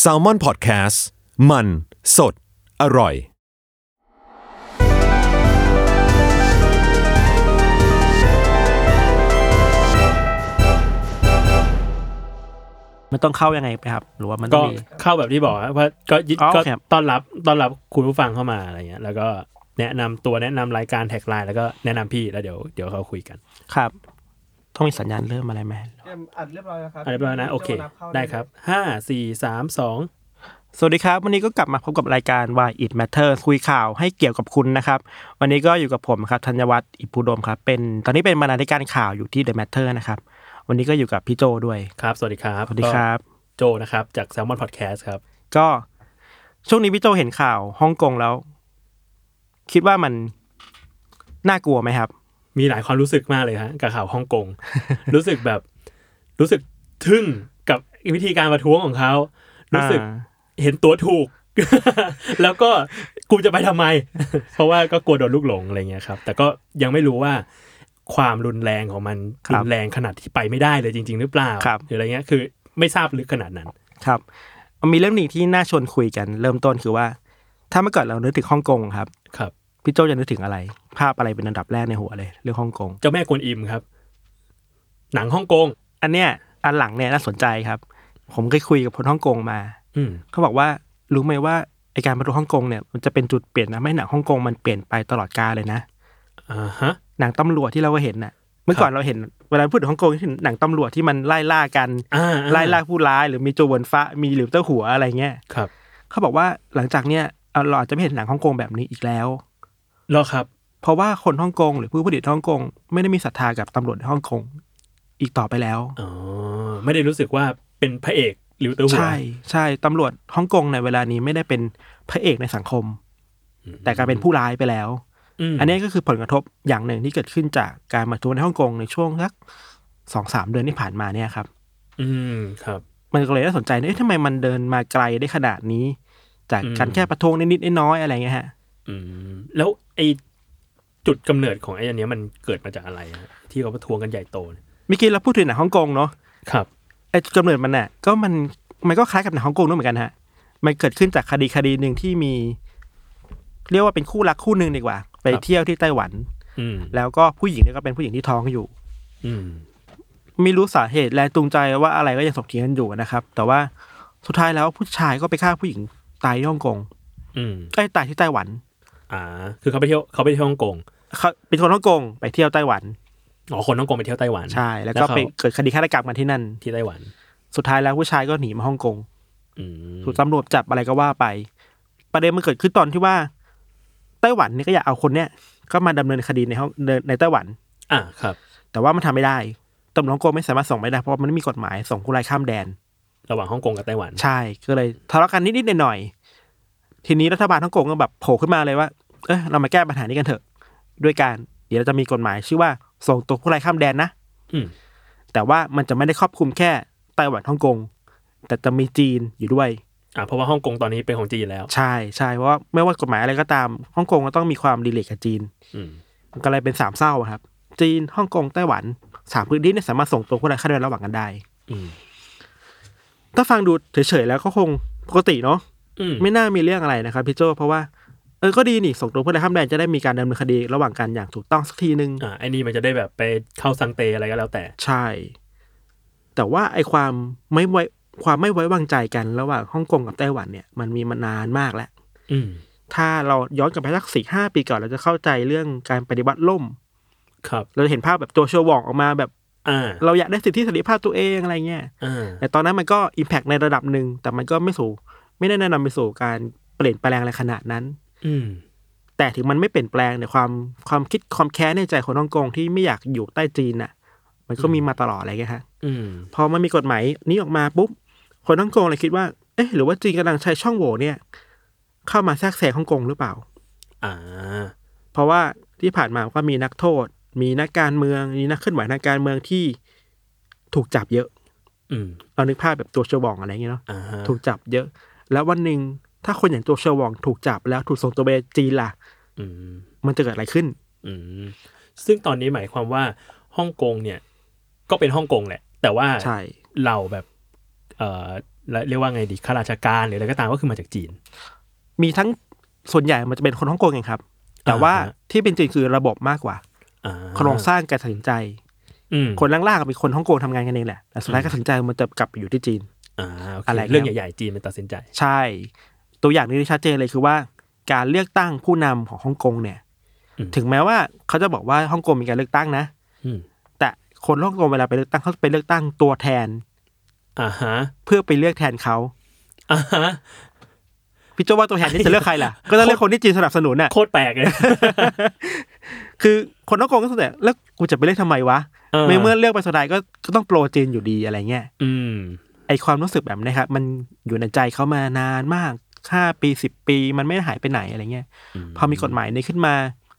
แซลมอนพอดแคสต์มันสดอร่อย มันต้องเข้ายังไงไปครับ หรือว่ามันต้ ก็ องมี เข้าแบบที่บอกว่าก็ยิ อ๋อ ก็ ครับ ต้อนรับต้อนรับคุณผู้ฟังเข้ามาอะไรเงี้ย แล้วก็แนะนำตัวแนะนำรายการแท็กไลน์แล้วก็แนะนำพี่แล้วเดี๋ยวเดี๋ยวเขาคุยกัน ครับ ต้องมีสัญญาณเริ่มอะไรไหม เตรียมอัดเรียบร้อยแล้วครับ อะไรประมาณนั้นโอเค จะมาบข้า ได้ครับห้าสี่สามสอง สวัสดีครับ วันนี้ก็กลับมาพบกับรายการ Why It Matters คุยข่าวให้เกี่ยวกับคุณนะครับ วันนี้ก็อยู่กับผมครับธัญวัฒน์อิพุดมครับเป็นตอนนี้เป็นบรรณาธิการข่าวอยู่ที่ The Matter นะครับ วันนี้ก็อยู่กับพี่โจด้วย ครับ สวัสดีครับ สวัสดีครับ ก็โจนะครับ จากแซลมอนพอดแคสต์ครับ ก็ช่วงนี้พี่โจเห็นข่าวฮ่องกงแล้ว คิดว่ามันน่ากลัวไหมครับ มีหลายความรู้สึกมากเลยฮะกับข่าวฮ่องกง รู้สึกแบบรู้สึกทึ่งกับวิธีการประท้วงของเขา รู้สึก เห็นตัวถูก แล้วก็กูจะไปทำไม เพราะว่าก็กลัวโดนลูกหลงอะไรเงี้ยครับ แต่ก็ยังไม่รู้ว่าความรุนแรงของมัน ครับ รุนแรงขนาดที่ไปไม่ได้เลยจริง ๆ หรือเปล่า ครับ หรืออะไรเงี้ยคือไม่ทราบลึกขนาดนั้น ครับมันมีเรื่องหนึ่งที่น่าชวนคุยกัน เริ่มต้นคือว่า ถ้าเมื่อก่อนเรานึกถึงฮ่องกงครับ ครับ พี่โจจะนึกถึงอะไร ภาพอะไรเป็นอันดับแรกในหัวเลยเรื่องฮ่องกง เจ้าแม่กวนอิมครับ หนังฮ่องกง อันเนี้ยอันหลังเนี่ยน่าสนใจครับ ผมเคยคุยกับคนฮ่องกงมา อืม เขาบอกว่ารู้ไหมว่าไอการมาดูฮ่องกงเนี่ยมันจะเป็นจุดเปลี่ยนนะไม่หนังฮ่องกงมันเปลี่ยนไปตลอดกาลเลยนะ อ่าฮะ หนังตำรวจที่เราก็เห็นน่ะ เมื่อก่อนเราเห็นเวลาพูดถึงฮ่องกงเห็นหนังตำรวจที่มันไล่ล่ากัน อ่าอ่า ไล่ล่าผู้ร้ายหรือมีโจวนฟ้ามีหลิวเต้าหัวอะไรเงี้ย ครับ เขาบอกว่าหลังจากเนี้ยเอาเราอาจจะไม่เห็นหนังฮ่องกงแบบนี้อีกแล้ว รอครับ เพราะว่าคนฮ่องกงหรือผู้ผลิตฮ่องกงไม่ได้มีศรัทธากับตำรวจในฮ่องกงอีกต่อไปแล้ว อ๋อ ไม่ได้รู้สึกว่าเป็นพระเอกหรือตัวหัว ใช่ใช่ตำรวจฮ่องกงในเวลานี้ไม่ได้เป็นพระเอกในสังคม แต่กลายเป็นผู้ร้ายไปแล้ว ม อันนี้ก็คือผลกระทบอย่างหนึ่งที่เกิดขึ้นจากการมาทัวร์ในฮ่องกงในช่วงสักสองสามเดือนที่ผ่านมาเนี่ยครับ อืมครับ มันก็เลยน่าสนใจนะเอ๊ะทำไมมันเดินมาไกลได้ขนาดนี้ จาก อืม การแค่ประท้วงนิดๆน้อยๆอะไรเงี้ยฮะ อืมแล้วไอจุดกำเนิดของไออันเนี้ยมันเกิดมาจากอะไรฮะที่เขาประท้วงกันใหญ่โตเนี่ย เมื่อกี้เราพูดถึงหนังฮ่องกงเนาะ ครับ ไอ้จุดกำเนิดมันน่ะก็มันมันก็คล้ายกับหนังฮ่องกงด้วยเหมือนกันฮะมันเกิดขึ้นจากคดีคดีหนึ่งที่มี เรียกว่าเป็นคู่รักคู่หนึ่งดีกว่า ไป ครับ เที่ยวที่ไต้หวัน อืม แล้วก็ผู้หญิงเนี่ยก็เป็นผู้หญิงที่ท้องอยู่ อืม ไม่รู้สาเหตุแรงจูงใจว่าอะไรก็ยังสกเถียงกันอยู่นะครับ แต่ว่าสุดท้ายแล้วผู้ชายก็ไปฆ่าผู้หญิงตายที่ฮ่องกง อืม ไอ้ยตายที่ไต้หวัน อ่า คือเขาไปเที่ยวเขาไปเที่ยวฮ่องกง เขาเป็นคนฮ่องกงไปเที่ยวไต้หวัน อ๋อคนฮ่องกงไปเที่ยวไต้หวัน ใช่ แล้วก็ไป เขา เกิดคดีฆาตกรรมกันที่นั่น ที่ไต้หวัน สุดท้ายแล้วผู้ชายก็หนีมาฮ่องกง อืม ถูกตำรวจจับอะไรก็ว่าไป ประเด็นมันเกิดขึ้นตอนที่ว่า ไต้หวันเนี่ยก็อยากเอาคนเนี้ยก็มาดำเนินคดีในห้องในไต้หวัน อ่าครับ แต่ว่ามันทำไม่ได้ตำรวจฮ่องกงไม่สามารถส่งไปได้เพราะว่ามันไม่มีกฎหมายส่งผู้ร้ายข้ามแดน ระหว่างฮ่องกงกับไต้หวัน ใช่ ก็เลยทะเลาะกันนิดๆหน่อยๆ ทีนี้รัฐบาลฮ่องกงก็แบบโผล่ขึ้นมาเลยว่า เออเรามาแก้ปัญหานี้กันเถอะ ด้วยการเดี๋ยวเราจะมีกฎหมายชื่อว่าส่งตัวผู้ร้ายข้ามแดนนะ อืม แต่ว่ามันจะไม่ได้ครอบคลุมแค่ไต้หวันฮ่องกง แต่จะมีจีนอยู่ด้วย อ่าเพราะว่าฮ่องกงตอนนี้เป็นของจีนแล้ว ใช่ใช่เพราะว่าไม่ว่ากฎหมายอะไรก็ตามฮ่องกงก็ต้องมีความรีเลทกับจีน อืม มันก็เลยเป็นสามเศร้าอะครับ จีนฮ่องกงไต้หวันสามพื้นที่เนี่ยสามารถส่งตัวผู้ร้ายข้ามแดนระหว่างกันได้ อืม ถ้าฟังดูเฉยๆแล้วก็คงปกติเนาะ อืม ไม่น่ามีเรื่องอะไรนะครับพี่โจเพราะว่าเออก็ดีนี่ส่งตัวผู้ร้ายข้ามแดนจะได้มีการดำเนินคดีระหว่างกันอย่างถูกต้องสักทีนึง อ่าไอ้นี่มันจะได้แบบไปเข้าซังเตอะไรก็แล้วแต่ ใช่ แต่ว่าไอ้ความไม่ไว้ความไม่ไว้วางใจกันระหว่างฮ่องกงกับไต้หวันเนี่ยมันมีมานานมากแล้ว อืม ถ้าเราย้อนกลับไปสักสี่ห้าปีก่อนเราจะเข้าใจเรื่องการปฏิวัติล่ม ครับ เราจะเห็นภาพแบบโจชัวหว่องออกมาแบบ อ่า เราอยากได้สิทธิเสรีภาพตัวเองอะไรเงี้ย อ่า แต่ตอนนั้นมันก็อิมแพกในระดับหนึ่งแต่มันก็ไม่สู่ไม่ได้แนะนำไปสู่การเปลี่ยนแปลงอะไรขนาดนั้น อืม แต่ถึงมันไม่เปลี่ยนแปลงเนี่ยความความคิดความแค้นในใจคนฮ่องกงที่ไม่อยากอยู่ใต้จีนน่ะ มันก็มีมาตลอดอะไรเงี้ยฮะ อืม พอมันมีกฎหมายนี้ออกมาปุ๊บคนฮ่องกงเลยคิดว่า เอ๊ะหรือว่าจีนกำลังใช้ช่องโหว่เนี่ย เข้ามาแทรกแซงฮ่องกงหรือเปล่า อ่า เพราะว่าที่ผ่านมาก็มีนักโทษ มีนักการเมืองมีนักเคลื่อนไหวทางการเมืองที่ถูกจับเยอะ อืม เรานึกภาพแบบตัวเชอบองอะไรเงี้ยเนาะ อ่าฮะ ถูกจับเยอะ แล้ววันหนึ่งถ้าคนอย่างตัวเชอบองถูกจับแล้วถูกส่งตัวไปจีนล่ะ อืม มันจะเกิดอะไรขึ้น อืมซึ่งตอนนี้หมายความว่าฮ่องกงเนี่ย ก็เป็นฮ่องกงแหละ แต่ว่า ใช่ เราแบบ เอ่อเรียกว่าไงดีข้าราชการหรืออะไรก็ตามก็คือมาจากจีน มีทั้งส่วนใหญ่มันจะเป็นคนฮ่องกงเองครับ แต่ว่า อ่าฮะ ที่เป็นจริงคือระบบมากกว่า อ่า โครงสร้างการตัดสินใจ อืม คนล่างๆก็เป็นคนฮ่องกงทำงานกันเองแหละแต่สุดท้ายการตัดสินใจมันจะกลับไปอยู่ที่จีน อ่าโอเค อะไรครับ เรื่องใหญ่ๆจีนมันตัดสินใจ ใช่ ตัวอย่างนี้ที่ชัดเจนเลยคือว่าการเลือกตั้งผู้นำของฮ่องกงเนี่ย อืม ถึงแม้ว่าเขาจะบอกว่าฮ่องกงมีการเลือกตั้งนะ อืม แต่คนฮ่องกงเวลาไปเลือกตั้งเขาไปเลือกตั้งตัวแทน อ่าฮะ เพื่อไปเลือกแทนเขา อ่าฮะ พี่โจว่าตัวแทนนี่จะเลือกใครล่ะ ก็ต้องเลือกคนที่จีนสนับสนุนน่ะ โคตรแปลกเลย คือคนฮ่องกงก็สวนแต่แล้วกูจะไปเลือกทำไมวะไม่เมื่อเลือกไปสุดท้ายก็ก็ต้องโปรจีนอยู่ดีอะไรเงี้ย อืม ไอความรู้สึกแบบนี้ครับ มันอยู่ในใจเขามานานมากห้าปีสิบปีมันไม่ได้หายไปไหนอะไรเงี้ย อืม พอมีกฎหมายนี้ขึ้นมา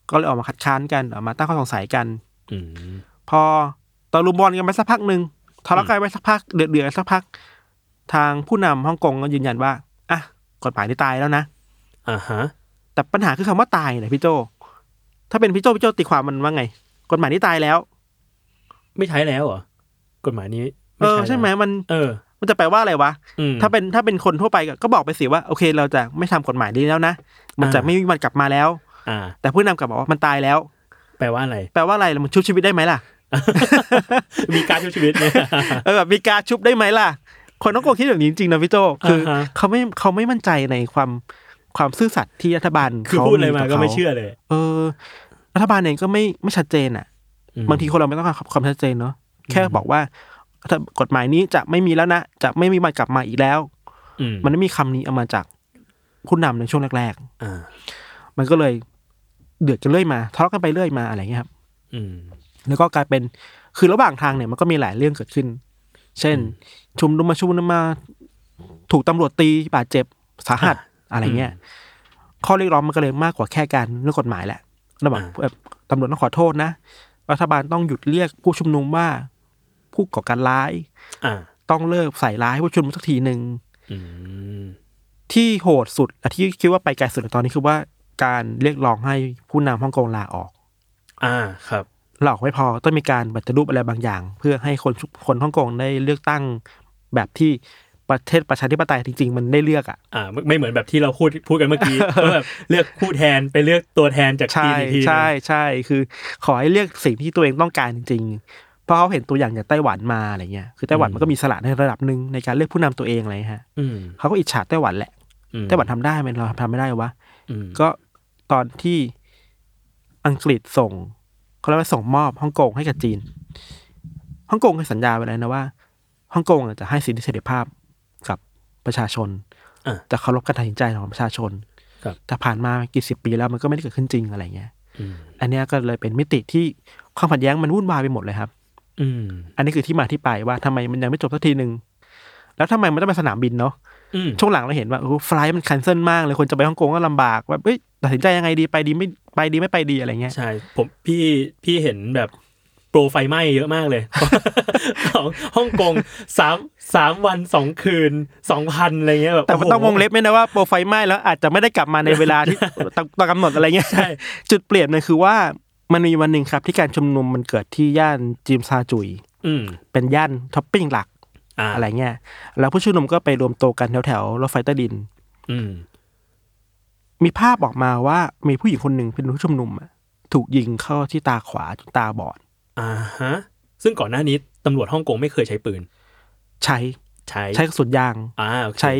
ก็เลยออกมาคัดค้านกันออกมาตั้งข้อสงสัยกัน อืม พอตะลุมบอลกันไปสักพักหนึ่งทะเลาะกันไปสักพักเดือดเดือดๆสักพัก ทางผู้นำฮ่องกงก็ยืนยันว่าอ่ะกฎหมายนี้ตายแล้วนะ อ่าฮะ แต่ปัญหาคือคำว่าตายเนี่ยพี่โจถ้าเป็นพี่โจพี่โจตีความมันว่าไง กฎหมายนี้ตายแล้ว ไม่ใช้แล้วเหรอกฎหมายนี้ เออใช่ไหม แล้ว มัน เออ มันจะแปลว่าอะไรวะ อืม ถ้าเป็นถ้าเป็นคนทั่วไปก็ก็บอกไปสิว่าโอเค เราจะไม่ทำกฎหมายนี้แล้วนะมันจะ อ่า ไม่มีวันกลับมาแล้ว อ่า แต่ผู้นำกลับบอกว่ามันตายแล้ว แปลว่าอะไร แปลว่าอะไรแล้วมันชุบชีวิตได้ไหมล่ะ มีการช่วยชีวิตเนี่ย เออแบบมีการชุบได้ไหมล่ะ คนต้องโกงคิดแบบนี้จริงๆนะพี่โจคืออา ฮะ เขาไม่เขาไม่มั่นใจในความความซื่อสัตย์ที่รัฐบาล คือ เขา พูดอะไรมา ต่ ก็ไม่ ข เชื่อเลย เออ รัฐบาลเองก็ไม่ไม่ชัดเจนอ่ะ อืม บางทีคนเราไม่ต้องการความชัดเจนเนาะแค่บอกว่าถ้ากฎหมายนี้จะไม่มีแล้วนะจะไม่มีมันกลับมาอีกแล้ว อืม มันไม่มีคำนี้เอามาจากผู้นำในช่วงแรก อ่า ๆ มันก็เลยเดือดกันเรื่อยมาทะเลาะกันไปเรื่อยมาอะไรเงี้ยครับ อืม แล้วก็กลายเป็นคือระหว่างทางเนี่ยมันก็มีหลายเรื่องเกิดขึ้น เช่น ชุมนุมมาชุมนุมมาถูกตำรวจตีบาดเจ็บสาหัสอะไรเงี้ยข้อเรียกร้องมันก็เลยมากกว่าแค่การเรื่องกฎหมายแหละระหว่าง อ่า เอ่อตำรวจต้องขอโทษนะ รัฐบาลต้องหยุดเรียกผู้ชุมนุมว่าผู้ก่อการร้าย อ่า ต้องเลิกใส่ร้ายผู้ชุมนุมสักทีหนึ่ง อืม ที่โหดสุดและที่คิดว่าไปไกลสุดในตอนนี้คือว่าการเรียกร้องให้ผู้นำฮ่องกงลาออก อ่าครับ หลอกไม่พอต้องมีการปฏิรูปอะไรบางอย่าง เพื่อให้คนคนฮ่องกงได้เลือกตั้งแบบที่ประเทศประชาธิปไตยจริง ๆ มันได้เลือกอ่ะ อ่าไม่ไม่เหมือนแบบที่เราพูดพูดกันเมื่อ กี้ ก็แบบเลือกผู้แทนไปเลือกตัวแทนจากจี ใช่ นอีกทีหนึ่ง ใช่ใช่คือ ขอให้เลือกสิ่งที่ตัวเองต้องการจริงๆเพราะเขาเห็นตัวอย่างจากไต้หวันมาอะไรเงี้ยคือไต้หวันมันก็มีสละในระดับหนึ่งในการเลือกผู้นำตัวเองอะไรฮะ อืม เขาก็อิจฉาไต้หวันแหละ อืม ไต้หวันทำได้ไหมเราทำไม่ได้วะ อืม ก็ตอนที่อังกฤษส่งเขาเรียกว่าส่งมอบฮ่องกงให้กับจีนฮ่องกงเคยสัญญาไว้แล้วนะว่าฮ่องกงอ่ะจะให้สิทธิเสรีภาพกับประชาชน อ่ะ จะเคารพการตัดสินใจของประชาชน ครับ แต่ผ่านมากี่สิบปีแล้วมันก็ไม่ได้เกิดขึ้นจริงอะไรเงี้ย อืม อันเนี้ยก็เลยเป็นมิติที่ความขัดแย้งมันวุ่นวายไปหมดเลยครับ อืม อันนี้คือที่มาที่ไปว่าทำไมมันยังไม่จบสักทีหนึ่ง แล้วทำไมมันต้องไปสนามบินเนาะ อืม ช่วงหลังเราเห็นว่าโอ้ไฟล์มันคันเซิลมากเลย คนจะไปฮ่องกงก็ลำบากว่าเอ้ยตัดสินใจยังไงดีไปดีไม่ไปดีไม่ไปดีอะไรเงี้ย ใช่ผมพี่พี่เห็นแบบโปรไฟไหม้เยอะมากเลย ของฮ่องกงสามสามวันสองคืนสองพันอะไรเงี้ยแบบ แต่มัน โโห ต้องวงเล็บไหมนะว่าโปรไฟล์ไหม้แล้วอาจจะไม่ได้กลับมาในเวลาที่ ตามตามกำหนดอะไรเงี้ย ใช่ จุดเปลี่ยนมันคือว่ามันมีวันหนึ่งครับที่การชุมนุมมันเกิดที่ย่านจิมซาจุย อืม เป็นย่านท็อปปิ้งหลัก อ่า อะไรเงี้ย แล้วผู้ชุมนุมก็ไปรวมตัวกันแถวแถวๆรถไฟใต้ดิน อืม มีภาพออกมาว่ามีผู้หญิงคนหนึ่งเป็นผู้ชุมนุมอะถูกยิงเข้าที่ตาขวาจนตาบอด อ่าฮะซึ่งก่อนหน้านี้ตำรวจฮ่องกงไม่เคยใช้ปืน ใช้ ใช้ ใช้กระสุนยาง อ่าโอเค ใช้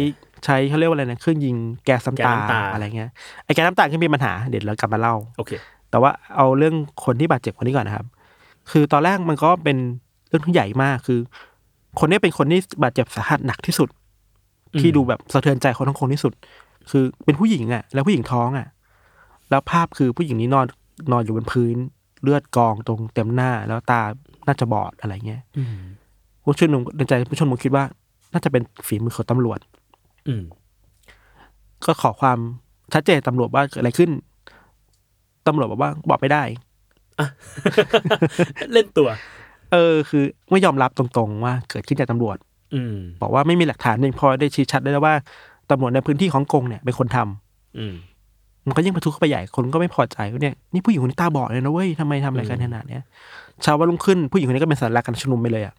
ใช้เขาเรียกว่าอะไรนะเครื่องยิงแก๊ส แก๊ ซ้ำตา สน้ำตา อะไรเงี้ยไอ้แก๊สน้ำตาก็มีปัญหาเดี๋ยวเรากลับมาเล่า โอเค แต่ว่าเอาเรื่องคนที่บาดเจ็บคนนี้ก่อนนะครับ คือตอนแรกมันก็เป็นเรื่องที่ใหญ่มากคือ คนนี้เป็นคนที่บาดเจ็บสาหัสหนักที่สุด อืม ที่ดูแบบสะเทือนใจคนทั้งคนที่สุด คือเป็นผู้หญิงอะ่ะ แล้วผู้หญิงท้องอะ่ะ แล้วภาพคือผู้หญิงนี้นอนนอนอยู่บนพื้น เลือดกองตรงเต็มหน้า แล้วตาน่าจะบอดอะไรเงี้ย อืม ผู้ชุมนุมในใจผู้ชุมนุมคิดว่า น่าจะเป็นฝีมือของตำรวจ อืม ก็ขอความชัดเจนตำรวจว่าเกิดอะไรขึ้นตำรวจบอกว่าบอกไม่ได้ เล่นตัว เออคือไม่ยอมรับตรงๆว่าเกิดขึ้นจากตำรวจ อืม บอกว่าไม่มีหลักฐานเพียงพอได้ชี้ชัดได้แล้วว่าตำรวจในพื้นที่ของกงเนี่ยเป็นคนทำ อืม มันก็ยิ่งประทุเข้าไปใหญ่คนก็ไม่พอใจว่าเนี่ยนี่ผู้หญิงคนนี้ตาบอดเลยนะเว้ยทำไมทำอะไรกันขนาดเนี้ยเชาววันรุ่งขึ้นผู้หญิงคนนี้ก็เป็นสัญลักษณ์การชุมนุมไปเลยอ่ะ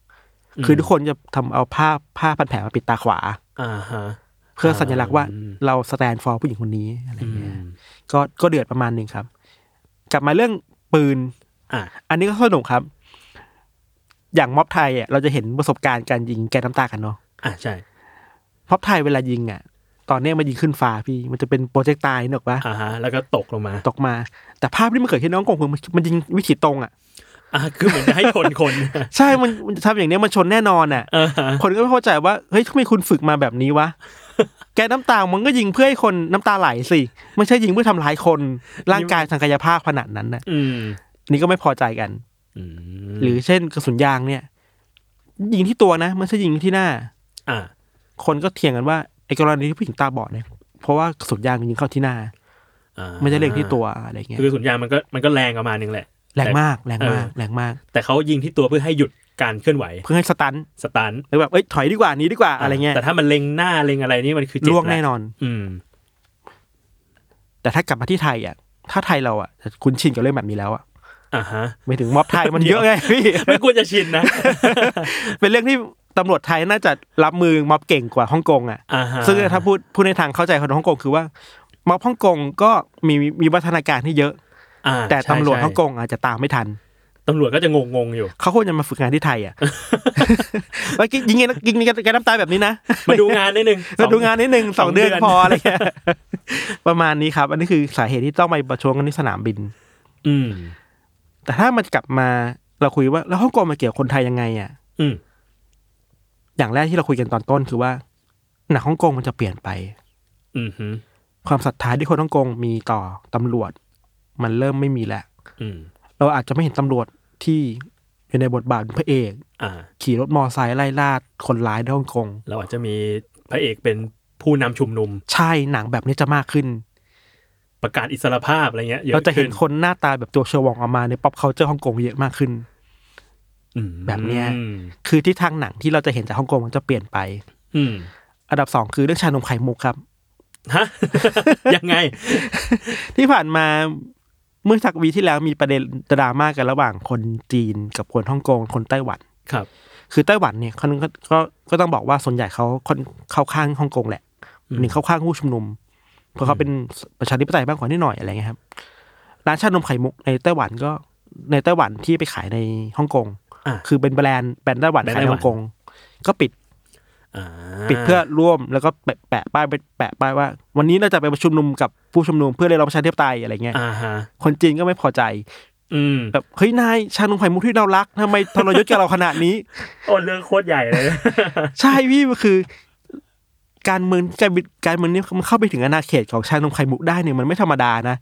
คือทุกคนจะทำเอาผ้าผ้าพันแผลมาปิดตาขวา อ่าฮะ เพื่อสัญลักษณ์ว่า อืม เราสแตนฟอร์ผู้หญิงคนนี้อะไร อื เงี้ย ม ก็ก็เดือดประมาณหนึ่งครับ กลับมาเรื่องปืน อ่ะ อันนี้ก็สนุกครับ อย่างม็อบไทยอ่ะเราจะเห็นประสบการณ์การยิงแก๊สน้ำตากันเนาะ อ่ะใช่ ม็อบไทยเวลายิงอ่ะ ตอนเนี้ยมันยิงขึ้นฟ้าพี่มันจะเป็นโปรเจกต์ตายนึกออกปะ อ่าฮะแล้วก็ตกลงมา ตกมา แต่ภาพที่มันเกิดขึ้นน้องกงคือมันมันยิงวิถีตรงอ่ะ อ่ะคือเหมือนจะให้ชนคน ใช่ มันมันทำอย่างเนี้ยมันชนแน่นอนอ่ะ อ่าฮะ คนก็ไม่เข้าใจว่า เฮ้ยทำไมคุณฝึกมาแบบนี้วะ แกน้ำตา มันก็ยิงเพื่อให้คนน้ำตาไหลสิ ไม่ใช่ยิงเพื่อทำร้ายคน ร่างกายทางกายภาพขนาดนั้นนะ อืม นี่ก็ไม่พอใจกัน อืม หรือเช่นกระสุนยางเนี่ย ยิงที่ตัวนะ ไม่ใช่ยิงที่หน้า อ่ะ คนก็เถียงกันว่าไอ้กรณีที่ผู้หญิงตาบอดเนี่ย เพราะว่ากระสุนยางมันยิงเข้าที่หน้า อ่า ไม่ใช่เล็งที่ตัวอะไรเงี้ย คือกระสุนยางมันก็มันก็แรงประมาณนึงแหละ แรงมาก แรงมาก แรงมาก แต่เขายิงที่ตัวเพื่อให้หยุดการเคลื่อนไหว เพื่อให้สตัน สตัน หรือแบบ เอ้ย ถอยดีกว่าหนี้ดีกว่า อะไรเงี้ย แต่ถ้ามันเล็งหน้าเล็งอะไรนี่มันคือเจ็บ ล่วงแน่นอน อืม แต่ถ้ากลับมาที่ไทยอ่ะ ถ้าไทยเราอ่ะจะคุ้นชินกับเรื่องแบบนี้แล้วอ่ะ อ่าฮะ ไม่ถึงม็อบไทยมันเย อะไงพี่ ไม่ควรจะชินนะ เป็นเรื่องที่ตำรวจไทยน่าจะรับมือม็อบเก่งกว่าฮ่องกงอ่ะ อ่าฮะ ซึ่งถ้าพูดพูดในทางเข้าใจของฮ่องกงคือว่าม็อบฮ่องกงก็มีมีวัฒนาการที่เยอะ อ่า แต่ตำรวจ ใช่ ฮ่องกงอาจจะตามไม่ทัน ตำรวจก็จะงงงๆอยู่ เขาควรจะมาฝึกงานที่ไท ยอ่ะ ว่ายิงไงนะยิงนี่แกน้ำตายแบบนี้นะ มาดูงานนิดนึง มาดูงานนิดหนึ่งสองเดือน สองเดือน พออะไรเงี้ย ประมาณนี้ครับ อันนี้คือสาเหตุที่ต้องไปประท้วงกันที่สนามบิน อืม แต่ถ้ามันกลับมาเราคุยว่าแล้วฮ่องกงมาเกี่ยวคนไทยยังไงอ่ะ อืม อย่างแรกที่เราคุยกันตอนต้นคือว่า หนังฮ่องกงมันจะเปลี่ยนไป อืมฮึ ความศรัทธาที่คนฮ่องกงมีต่อตำรวจ มันเริ่มไม่มีแล้ว อืม เราอาจจะไม่เห็นตำรวจที่อยู่ในบทบาทเป็นพระเอก อ่า ขี่รถมอไซค์ไล่ล่าคนร้ายในฮ่องกง เราอาจจะมีพระเอกเป็นผู้นำชุมนุม ใช่หนังแบบนี้จะมากขึ้น ประกาศอิสรภาพอะไรเงี้ยยอ เราจะเห็น ขึ้ คนหน้าตาแบบตัวเชอวองออกมาในป๊อปเคาเจอร์ฮ่องกงเยอะมากขึ้น อืม แบบเนี้ย อืม คือที่ทางหนังที่เราจะเห็นจากฮ่องกงมันจะเปลี่ยนไป อืม อันดับสองคือเรื่องชานมไข่มุกครับ ฮะ ยังไง ที่ผ่านมาเมื่อสักวีที่แล้วมีประเด็นดราม่ากันระหว่างคนจีนกับคนฮ่องกงคนไต้หวัน ครับ คือไต้หวันเนี่ยเขาก็ก็ก็ต้องบอกว่าส่วนใหญ่เขาคนเข้าข้างฮ่องกงแหละ อืม หนึ่งเข้าข้างผู้ชุมนุม เพราะเขาเป็นประชาธิปไตยบ้างกว่านิดหน่อยอะไรเงี้ยครับร้านชานมไข่มุกในไต้หวันก็ในไต้หวันที่ไปขายในฮ่องกง อ่ะ คือเป็นแบรนด์แบรนด์ไต้หวัน แบรนด์ ขายใน ไต้หฮ่วันองกงก็ปิด อ่า ปิดเพื่อร่วมแล้วก็แปะแปะป้ายแปะป้ายว่า วันนี้เราจะไปประชุมนุมกับผู้ชุมนุมเพื่อเรียกร้องประชาธิปไตยอะไรเงี้ย อ่าฮะ คนจีนก็ไม่พอใจ อืม แบบเฮ้ยนายชานมไข่มุกที่เรารักทำไมทรยศกับเราขนาดนี้ โอ้เรื่องโคตรใหญ่เลย ใช่พี่มันคือ การเมืองการบิการเมืองเนี่ยมันเข้าไปถึงอาณาเขตของชานมไข่มุกได้เนี่ยมันไม่ธรรมดานะ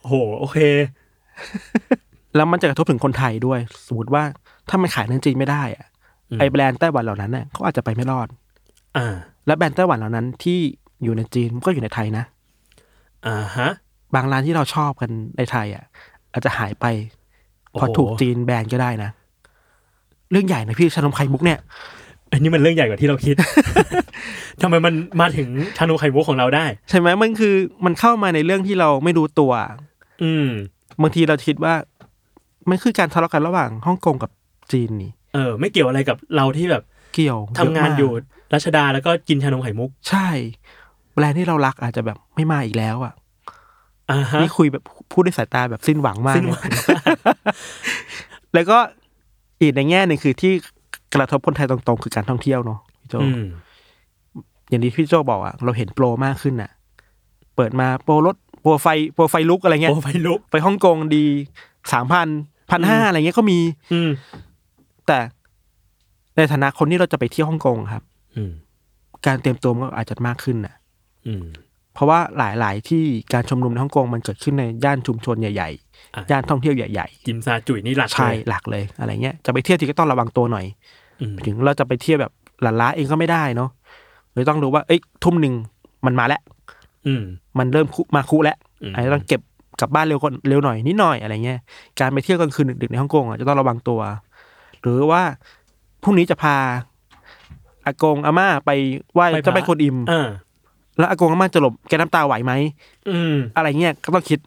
โห โอเค แล้วมันจะกระทบถึงคนไทยด้วย สมมติว่าถ้ามันขายในจีนไม่ได้อะ อืม ไอแบรนด์ไต้หวันเหล่านั้นเน่ะเขาอาจจะไปไม่รอด อ่า และแบรนด์ไต้หวันเหล่านั้นที่อยู่ในจีนก็อยู่ในไทยนะ อ่าฮะ บางร้านที่เราชอบกันในไทยอ่ะ อาจจะหายไป โอ้โห เพอถูกจีนแบนก็ได้นะ เรื่องใหญ่นะพี่ชานมไข่มุกเนี่ย อันนี้มันเรื่องใหญ่กว่าที่เราคิด ทำไมมันมาถึงชาโนมไข่มุกของเราได้ ใช่ไหมมันคือมันเข้ามาในเรื่องที่เราไม่รู้ตัว อืม บางทีเราคิดว่า มันคือการทะเลาะกันระหว่างฮ่องกงกับจีนนี่ เออ ไม่เกี่ยวอะไรกับเราที่แบบ เกี่ยว ทำงาน เะมก อยู่รัชดาแล้วก็กินชานมไข่มุก ใช่แบรนด์ที่เรารักอาจจะแบบไม่มาอีกแล้วอ่ะ อ่าฮะ นี่คุยแบบพูดด้วยสายตาแบบสิ้นหวังมาก สิ้นหวัง เลย แล้วก็อีกในแง่หนึ่งคือที่กระทบคนไทยตรงๆ คือการท่องเที่ยวเนาะพี่โจ อืม อย่างที่พี่โจบอกอ่ะเราเห็นโปรมากขึ้นอ่ะ เปิดมาโปรลดโปรไฟโปรไฟลุกอะไรเงี้ย โอ้ไฟลุก ไปฮ่องกงดีสามพันพันห้าอะไรเงี้ยก็มี อืม แต่ในฐานะคนที่เราจะไปเที่ยวฮ่องกงครับ อืม การเตรียมตัวมันก็อาจจะมากขึ้นนะ อืม เพราะว่าหลาย ๆ ที่การชุมนุมในฮ่องกงมันเกิดขึ้นในย่านชุมชนใหญ่ อ่ะ ๆย่านท่องเที่ยวใหญ่ กิมซาจุยนี่หลัก ๆใช่ เลย หลักเลยอะไรเงี้ยจะไปเที่ยวที่ก็ต้องระวังตัวหน่อย อืม ถึงเราจะไปเที่ยวแบบหลานล้าเองก็ไม่ได้เนาะเลยต้องรู้ว่าเอ้ยทุ่มหนึ่งมันมาแล้ว อืม มันเริ่มคุมาคุแล้ว อืม อาจจะต้องเก็บกลับบ้านเร็วก่อนเร็วหน่อยนิดหน่อยอะไรเงี้ยการไปเที่ยวกลางคืนดึกๆในฮ่องกงอ่ะจะต้องระวังตัว หรือว่าพรุ่งนี้จะพาอากงอาม่าไปไหว้เจ้าแม่กวนอิม อ่า แล้วอากงอาม่าจะหลบแกน้ำตาไหวไหม อืม อะไรเงี้ยก็ต้องคิด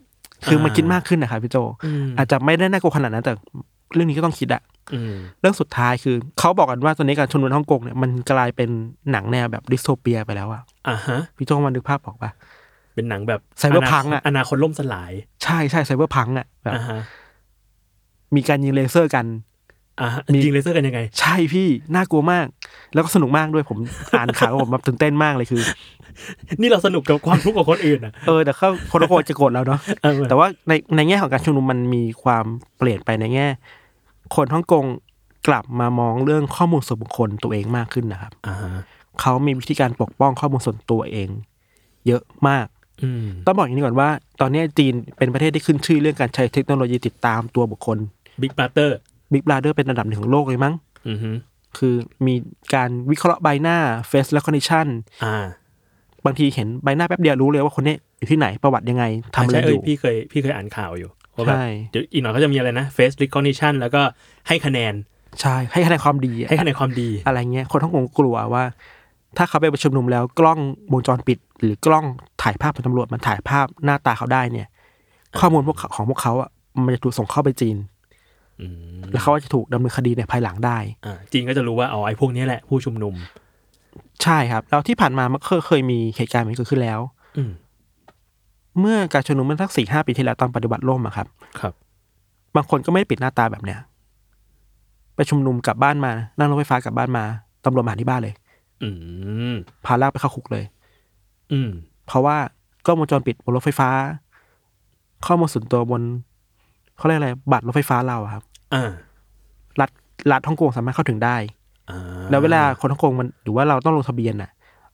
คือมัน อ่า คิดมากขึ้นนะครับพี่โจ อืม อาจจะไม่ได้น่ากลัวขนาดนั้นแต่เรื่องนี้ก็ต้องคิดอะ อืม เรื่องสุดท้ายคือ เขาบอกกันว่าตอนนี้การชุมนุมฮ่องกงเนี่ยมันกลายเป็นหนังแนวแบบดิสโทเปียไปแล้วอะ อ่ะฮะ พี่โจมันนึกภาพออกปะ เป็นหนังแบบ ไซเบอร์พังอะ อนาคตล่มสลาย ใช่ใช่ไซเบอร์พังอะแบบ อ่าฮะ มีการยิงเลเซอร์กัน อ่าฮะ มี ยิงเลเซอร์กันยังไง ใช่พี่น่ากลัวมาก แล้วก็สนุกมากด้วยผม อ่านข่าวแล้ว ผมแบบตื่นเต้นมากเลยคือ นี่เราสนุกกับความทุกข์ของคนอื่นอ่ะ เออแต่เขาคนละคนจะโกรธเราเนาะ เออ แต่ว่าในในแง่ของการชุมนุมมันมีความเปลี่ยนไปในแง่ คนฮ่องกงกลับมามองเรื่องข้อมูลส่วนบุคคลตัวเองมากขึ้นนะครับ อ่าฮะ เขามีวิธีการปกป้องข้อมูลส่วนตัวเอง เยอะมาก อืม ต้องบอกอย่างนี้ก่อนว่า ตอนนี้จีนเป็นประเทศที่ขึ้นชื่อเรื่องการใช้เทคโนโลยีติดตามตัวบุคคล บิ๊กบราเตอร์ บิ๊กบราเดอร์เป็นระดับหนึ่งของโลกเลยมั้ง อือฮึ คือมีการวิเคราะห์ใบหน้า face recognition อ่า บางทีเห็นใบหน้าแป๊บเดียวรู้เลยว่าคนนี้อยู่ที่ไหนประวัติยังไงทำอะไร ใช่ อ เอ้ย ยู่ พี่เคยพี่เคยอ่านข่าวอยู่ว่าแบบ ใช่ เดี๋ยวอีกหน่อยเขาจะมีอะไรนะ face recognition แล้วก็ให้คะแนน ใช่ให้คะแนนความดี ให้คะแนนความดี อะไรเงี้ยคนทั้งองกลัวว่า ถ้าเขาไปประชุมนุมแล้วกล้องวงจรปิด หรือกล้องถ่ายภาพของตำรวจมันถ่ายภาพหน้าตาเขาได้เนี่ย ข้อมูลพวกเขาของพวกเขาอ่ะมันจะถูกส่งเข้าไปจีน อืม แล้วเขาก็จะถูกดำเนินคดีในภายหลังได้ อ่าจีนก็จะรู้ว่าเอาไอ้พวกนี้แหละผู้ชุมนุม ใช่ครับ แล้วที่ผ่านมามันเคยเคยมีเหตุการณ์แบบนี้เกิดขึ้นแล้ว อืม เมื่อการชุมนุมเมื่อสักสี่ห้าปีที่แล้วตอนปฏิวัติล่มอะครับ ครับ บางคนก็ไม่ได้ปิดหน้าตาแบบเนี้ยไปชุมนุมกลับบ้านมานั่งรถไฟฟ้ากลับบ้านมาตำรวจมาหาที่บ้านเลย อืม พาลากไปเข้าคุกเลย อืม เพราะว่า กล้องวงจรปิดบนรถไฟฟ้า ข้อมูลส่วนตัวบนเขาเรียกอะไรบัตรรถไฟฟ้าเราอะครับ อ่า รัฐรัฐฮ่องกงสามารถเข้าถึงได้ อ่า แล้วเวลาคนฮ่องกงมันหรือว่าเราต้องลงทะเบียนน่ะ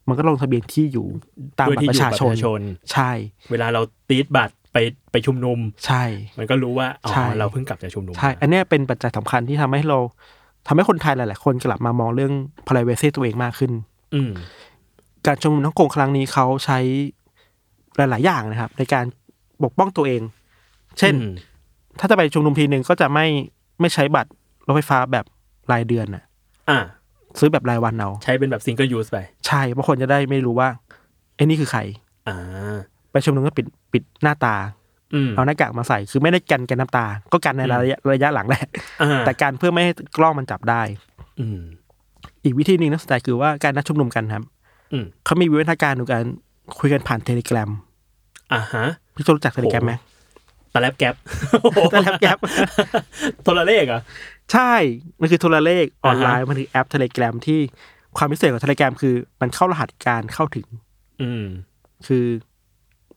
มันก็ลงทะเบียนที่อยู่ตาม ด้วย บัต ที่ ร อ ประ ยู่บั ชา ต ชน น ใช่ เวลาเราตีดบัตรไปไปชุมนุม ใช่ มันก็รู้ว่าอ๋อ ใช่ เราเพิ่งกลับจากชุมนุม ใช่ อันเนี้ยเป็นปัจจัยสำคัญที่ทำให้เราทำให้คนไทยหลาย ๆ คนกลับมามองเรื่อง privacy ตัวเองมากขึ้น อืม การชุมนุมทั้งกงครั้งนี้เขาใช้หลาย ๆ อย่างนะครับ ในการปกป้องตัวเอง เช่น อืม ถ้าจะไปชุมนุมทีหนึ่งก็จะไม่ไม่ใช้บัตรรถไฟฟ้าแบบรายเดือนน่ะ อ่า ซื้อแบบรายวันเอา ใช้เป็นแบบซิงเกิลยูสไป ใช่เพราะคนจะได้ไม่รู้ว่าไอ้นี่คือใคร อ่า ไปชุมนุมก็ปิดปิดหน้าตา อืม เอาหน้ากากมาใส่ คือไม่ได้กันกันน้ำตา ก็กันในระยะระยะหลังแหละ อ่า แต่การเพื่อไม่ให้กล้องมันจับได้ อืม อีกวิธีหนึ่งน่าสนใจคือว่าการนัดชุมนุมกันครับ อืม เขามีวิวัฒนาการของการคุยกันผ่านเทเลกรา อ่าฮะ พี่โจรู้จักเทเลกราไหม ตะแลบแก๊ป ตะแลบแก๊ป โทรเลขเหรอ่ะ ใช่ มันคือโทรเลขออนไล อ่า น์ ฮะ มันคือแอปเทเลกราที่ความพิเศษของเทเลกราคือมันเข้ารหัสการเข้าถึง อืม คือ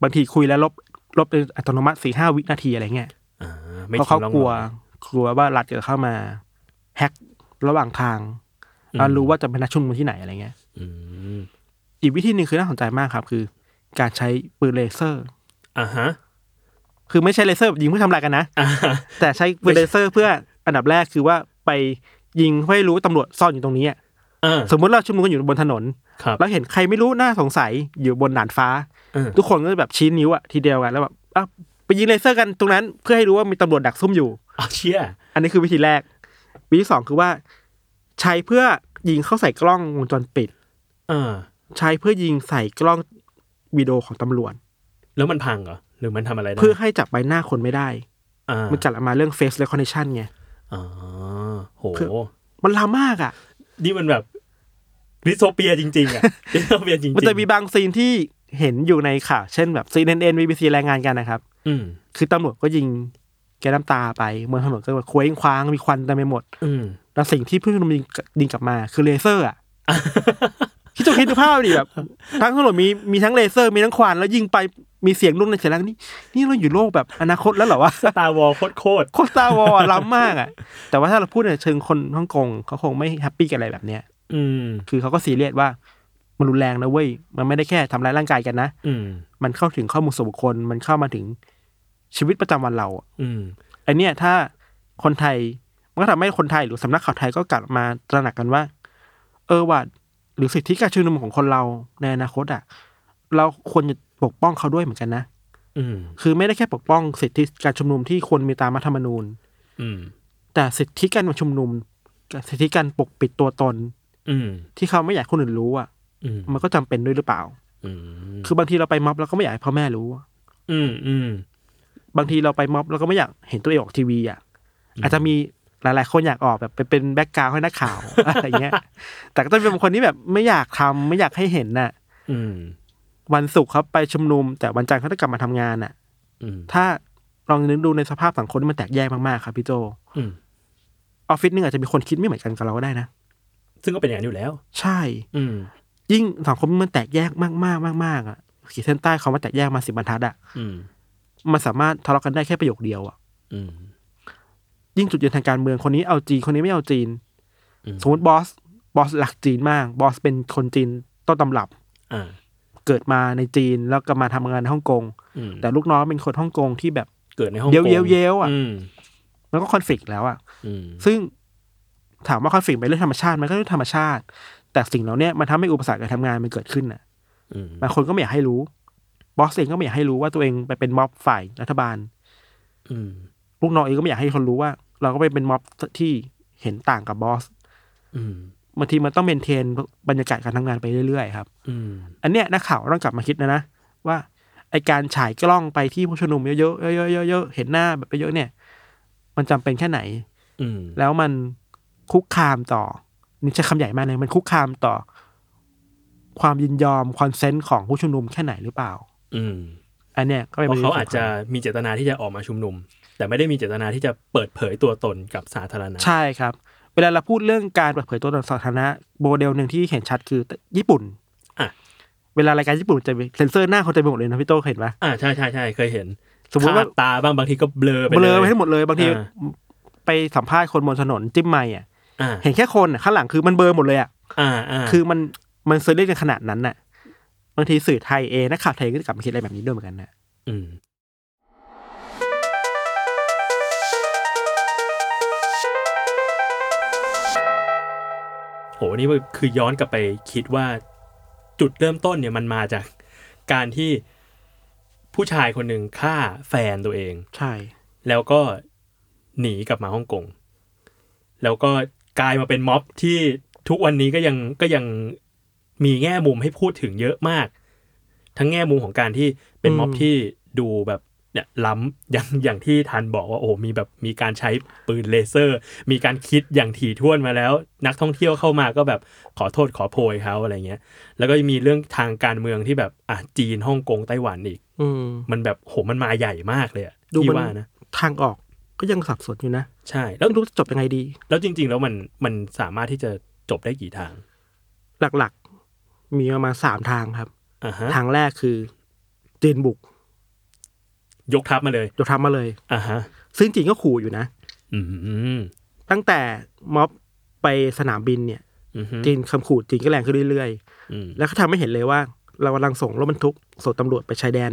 บางทีคุยแล้วลบลบโดยอัตโนมัติสี่ห้าวินาทีอะไรเงี้ย อ่า ไม่ เพราะ ทิ้ เขา งร่อง กลัว รอย กลัวว่ารัฐจะเข้ามาแฮกระหว่างทาง อืม แล้วรู้ว่าจะเป็นนัดชุมนุมที่ไหนอะไรเงี้ย อืม อีกวิธีหนึ่งคือน่าสนใจมากครับ คือ การใช้ปืนเลเซอร์ อ่าฮะ คือไม่ใช่เลเซอร์แบบยิงเพื่อทำลายกันนะ อ่า แต่ใช้ปืนเลเซอร์เพื่ออันดับแรกคือว่าไปยิงเพื่อให้รู้ว่าตำรวจซ่อนอยู่ตรงนี้อะ อ่า สมมติเราชุมนุมกันอยู่บนถนน ครับ แล้วเห็นใครไม่รู้น่าสงสัยอยู่บนหนานฟ้า อ่า ทุกคนก็จะแบบชี้นิ้วอะทีเดียวกันแล้วแบบอ่ะไปยิงเลเซอร์กันตรงนั้น เพื่อให้รู้ว่ามีตำรวจดักซุ่มอยู่ อ้าวเชี่ย อันนี้คือวิธีแรก วิธีสองคือว่า ใช้เพื่อยิงเข้าใส่กล้องวงจรปิด อ่า ใช้เพื่อยิงใส่กล้องวิดีโอของตำรวจ แล้วมันพังเหรอ หรือมันทำอะไรได้ เพื่อให้จับใบหน้าคนไม่ได้ อ่า มันกลับมาเรื่อง face recognition ไง อ๋อโห เพื่อ มันล้ำมากอะ นี่มันแบบดิสโทเปียจริง ๆอ่ะ ดิสโทเปียจริงๆ มันจะมีบางซีนที่เห็นอยู่ในข่าวเช่นแบบ CNN BBC รายงานกันนะครับ อืม คือตำรวจก็ยิงแก๊สน้ำตาไปบนถนนก็แบบเคว้งคว้างมีควันเต็มไปหมด อืม แล้วสิ่งที่ผู้ชุมนุมยิงยิงกลับมาคือเลเซอร์อ่ะ คิดดูคิดดูภาพดิแบบทั้งถนนมีมีทั้งเลเซอร์มีทั้งควันแล้วยิงไปมีเสียงรุ่นในเสียงแรงนี่นี่เราอยู่โลกแบบอนาคตแล้วเหรอวะ ตาวอลโคตร โคตรตาวอลล้ำมากอ่ะ แต่ว่าถ้าเราพูดในเชิงคนฮ่องกงเขาคงไม่แฮปปี้กับอะไรแบบเนี้ย ๆอืม คือเขาก็ซีเรียสว่ามันรุนแรงนะเว้ยมันไม่ได้แค่ทำร้ายร่างกายกันนะ อืม มันเข้าถึงข้อมูลส่วนบุคคล มันเข้ามาถึงชีวิตประจำวันเราอะ อืม ไอเนี้ยถ้าคนไทย มันก็ทำให้คนไทยหรือสำนักข่าวไทยก็กลับมาตระหนักกันว่า เออว่าหรือสิทธิการชุมนุมของคนเราในอนาคตอ่ะ เราควรจะปกป้องเขาด้วยเหมือนกันนะ อืม คือไม่ได้แค่ปกป้องสิทธิการชุมนุมที่ควรมีตามรัฐธรรมนูญ อืม แต่สิทธิการมาชุมนุมกับสิทธิการปกปิดตัวตน อืม ที่เขาไม่อยากให้คนอื่นรู้อ่ะ อืม มันก็จำเป็นด้วยหรือเปล่า อืม คือบางทีเราไปม็อบเราก็ไม่อยากให้พ่อแม่รู้อะ อืมอืม บางทีเราไปม็อบเราก็ไม่อยากเห็นตัวเองออกทีวีอ่ะอาจจะมี หลาย ๆ คนอยากออกแบบไปเป็นแบ็กกราวให้นักข่าว อะไรเงี้ย แต่ก็ต้องเป็นคนที่แบบไม่อยากทำไม่อยากให้เห็นน่ะ อืม วันศุกร์เขาไปชุมนุม แต่วันจันทร์เขาต้องกลับมาทำงานน่ะ อืม ถ้าลองนึกดูในสภาพสังคมที่มันแตกแยกมาก ๆ ครับพี่โจอ อืม อฟฟิศหนึงอาจจะมีคนคิดไม่เหมือนกันกับเราก็ได้นะ ซึ่งก็เป็นอย่างนั้นอยู่แล้ว ใช่ อืม ยิ่งสังคมมันแตกแยกมากๆมากๆอ่ะขีดเส้นใต้เขามาแตกแยกมาสิบบรรทัดอ่ะ อืม มันสามารถทะเลาะกันได้แค่ประโยคเดียวอ่ะ อืม ยิ่งจุดยืนทางการเมืองคนนี้เอาจีนคนนี้ไม่เอาจีน อืม สมมติบอสบอสหลักจีนมาก บอสเป็นคนจีนต้นตำรับ อ่า เกิดมาในจีนแล้วก็มาทำงานในฮ่องกง อืม แต่ลูกน้องเป็นคนฮ่องกงที่แบบ เกิดในห้อง เย้ยวๆเย้ยวๆอ่ะ อืม มันก็คอนฟ lict แล้วอ่ะ อืม ซึ่งถามว่าคอนฟ lict เป็นเรื่องธรรมชาติไหมันก็เรื่องธรรมชาติ แต่สิ่งเหล่าเนี้ยมันทำให้อุปสรรคการทำงานมันเกิดขึ้นอ่ะ อืม บางคนก็ไม่อยากให้รู้ บอสเองก็ไม่อยากให้รู้ว่าตัวเองไปเป็นม็อบฝ่ายรัฐบาล อืม ลูกน้องเองก็ไม่อยากให้คนรู้ว่า เราก็ไปเป็นม็อบที่เห็นต่างกับบอส อืม บางทีมันต้องเมนเทนบรรยากาศการทำงานไปเรื่อยๆครับ อืม อันเนี้ยนักข่าวต้องกลับมาคิดนะนะ ว่าไอการฉายกล้องไปที่ผู้ชุมนุมเยอะๆเยอะๆเยอะๆเห็นหน้าแบบเยอะๆเนี่ย มันจำเป็นแค่ไหน อืม แล้วมันคุกคามต่อ นี่ใช้คำใหญ่มากเลยมันคุกคามต่อ ความยินยอมคอนเซนต์ของผู้ชุมนุมแค่ไหนหรือเปล่า อืม อันเนี้ยก็เป็น เพ ปร ราะ ด็น เขาอาจ สำคัญ จะมีเจตนาที่จะออกมาชุมนุม แต่ไม่ได้มีเจตนาที่จะเปิดเผยตัวตนกับสาธารณะ ใช่ครับ เวลาเราพูดเรื่องการเปิดเผยตัวตนสาธารณะโมเดลหนึ่งที่เห็นชัดคือญี่ปุ่น อ่ะ เวลารายการญี่ปุ่นจะมีเซ็นเซอร์หน้าคนเต็มไปหมดเลยนะพี่โตเห็นปะ อ่าใช่ใช่ใช่เคยเห็น สมมติว่า ขดตาบ้างบางทีก็เบลอไป เบล เลย อไปทั้งหมดเลยบางที อ่า ไปสัมภาษณ์คนบนถนนจิ้มไม่อ่ะ อ่า เห็นแค่คนอะข้างหลังคือมันเบลอหมดเลยอ่ะ อ่าอ่า คือมันมันเซอร์เรียสกันขนาดนั้นน่ะบางทีสื่อไทยเองนักข่าวไทยก็จะกลับมาคิดอะไรแบบนี้ด้วยเหมือนกันนะ อืม โหนี่มันคือย้อนกลับไปคิดว่าจุดเริ่มต้นเนี่ยมันมาจากการที่ผู้ชายคนหนึ่งฆ่าแฟนตัวเอง ใช่ แล้วก็หนีกลับมาฮ่องกง แล้วก็กลายมาเป็นม็อบที่ทุกวันนี้ก็ยังก็ยังมีแง่มุมให้พูดถึงเยอะมาก ทั้งแง่มุมของการที่เป็นม็อบที่ดูแบบเนี่ยล้ำ อย่างอย่างที่ทันบอกว่าโอ้โหมีแบบมีการใช้ปืนเลเซอร์ มีการคิดอย่างถี่ถ้วนมาแล้ว นักท่องเที่ยวเข้ามาก็แบบขอโทษขอโพยเขาอะไรเงี้ย แล้วก็มีเรื่องทางการเมืองที่แบบอ่ะจีนฮ่องกงไต้หวันอีก อืม มันแบบโหมันมาใหญ่มากเลยอะ ดู ที่ มัน ว่านะ ทางออกก็ยังสับสนอยู่นะ ใช่แล้ว ไม่รู้จะจบยังไงดี แล้วจริง ๆ แล้วมันมันสามารถที่จะจบได้กี่ทาง หลักๆ มีประมาณสามทางครับ อ่าฮะ ทางแรกคือจีนบุก ยกทัพมาเลย จะทำมาเลย อ่าฮะ ซึ่งจีนก็ขู่อยู่นะ อืม ตั้งแต่ม็อบไปสนามบินเนี่ย อืม จีนคำขู่จีนก็แรงขึ้นเรื่อย อืม ๆ แล้วก็ทำให้เห็นเลยว่า เรากำลังส่งรถบรรทุกส่งตำรวจไปชายแดน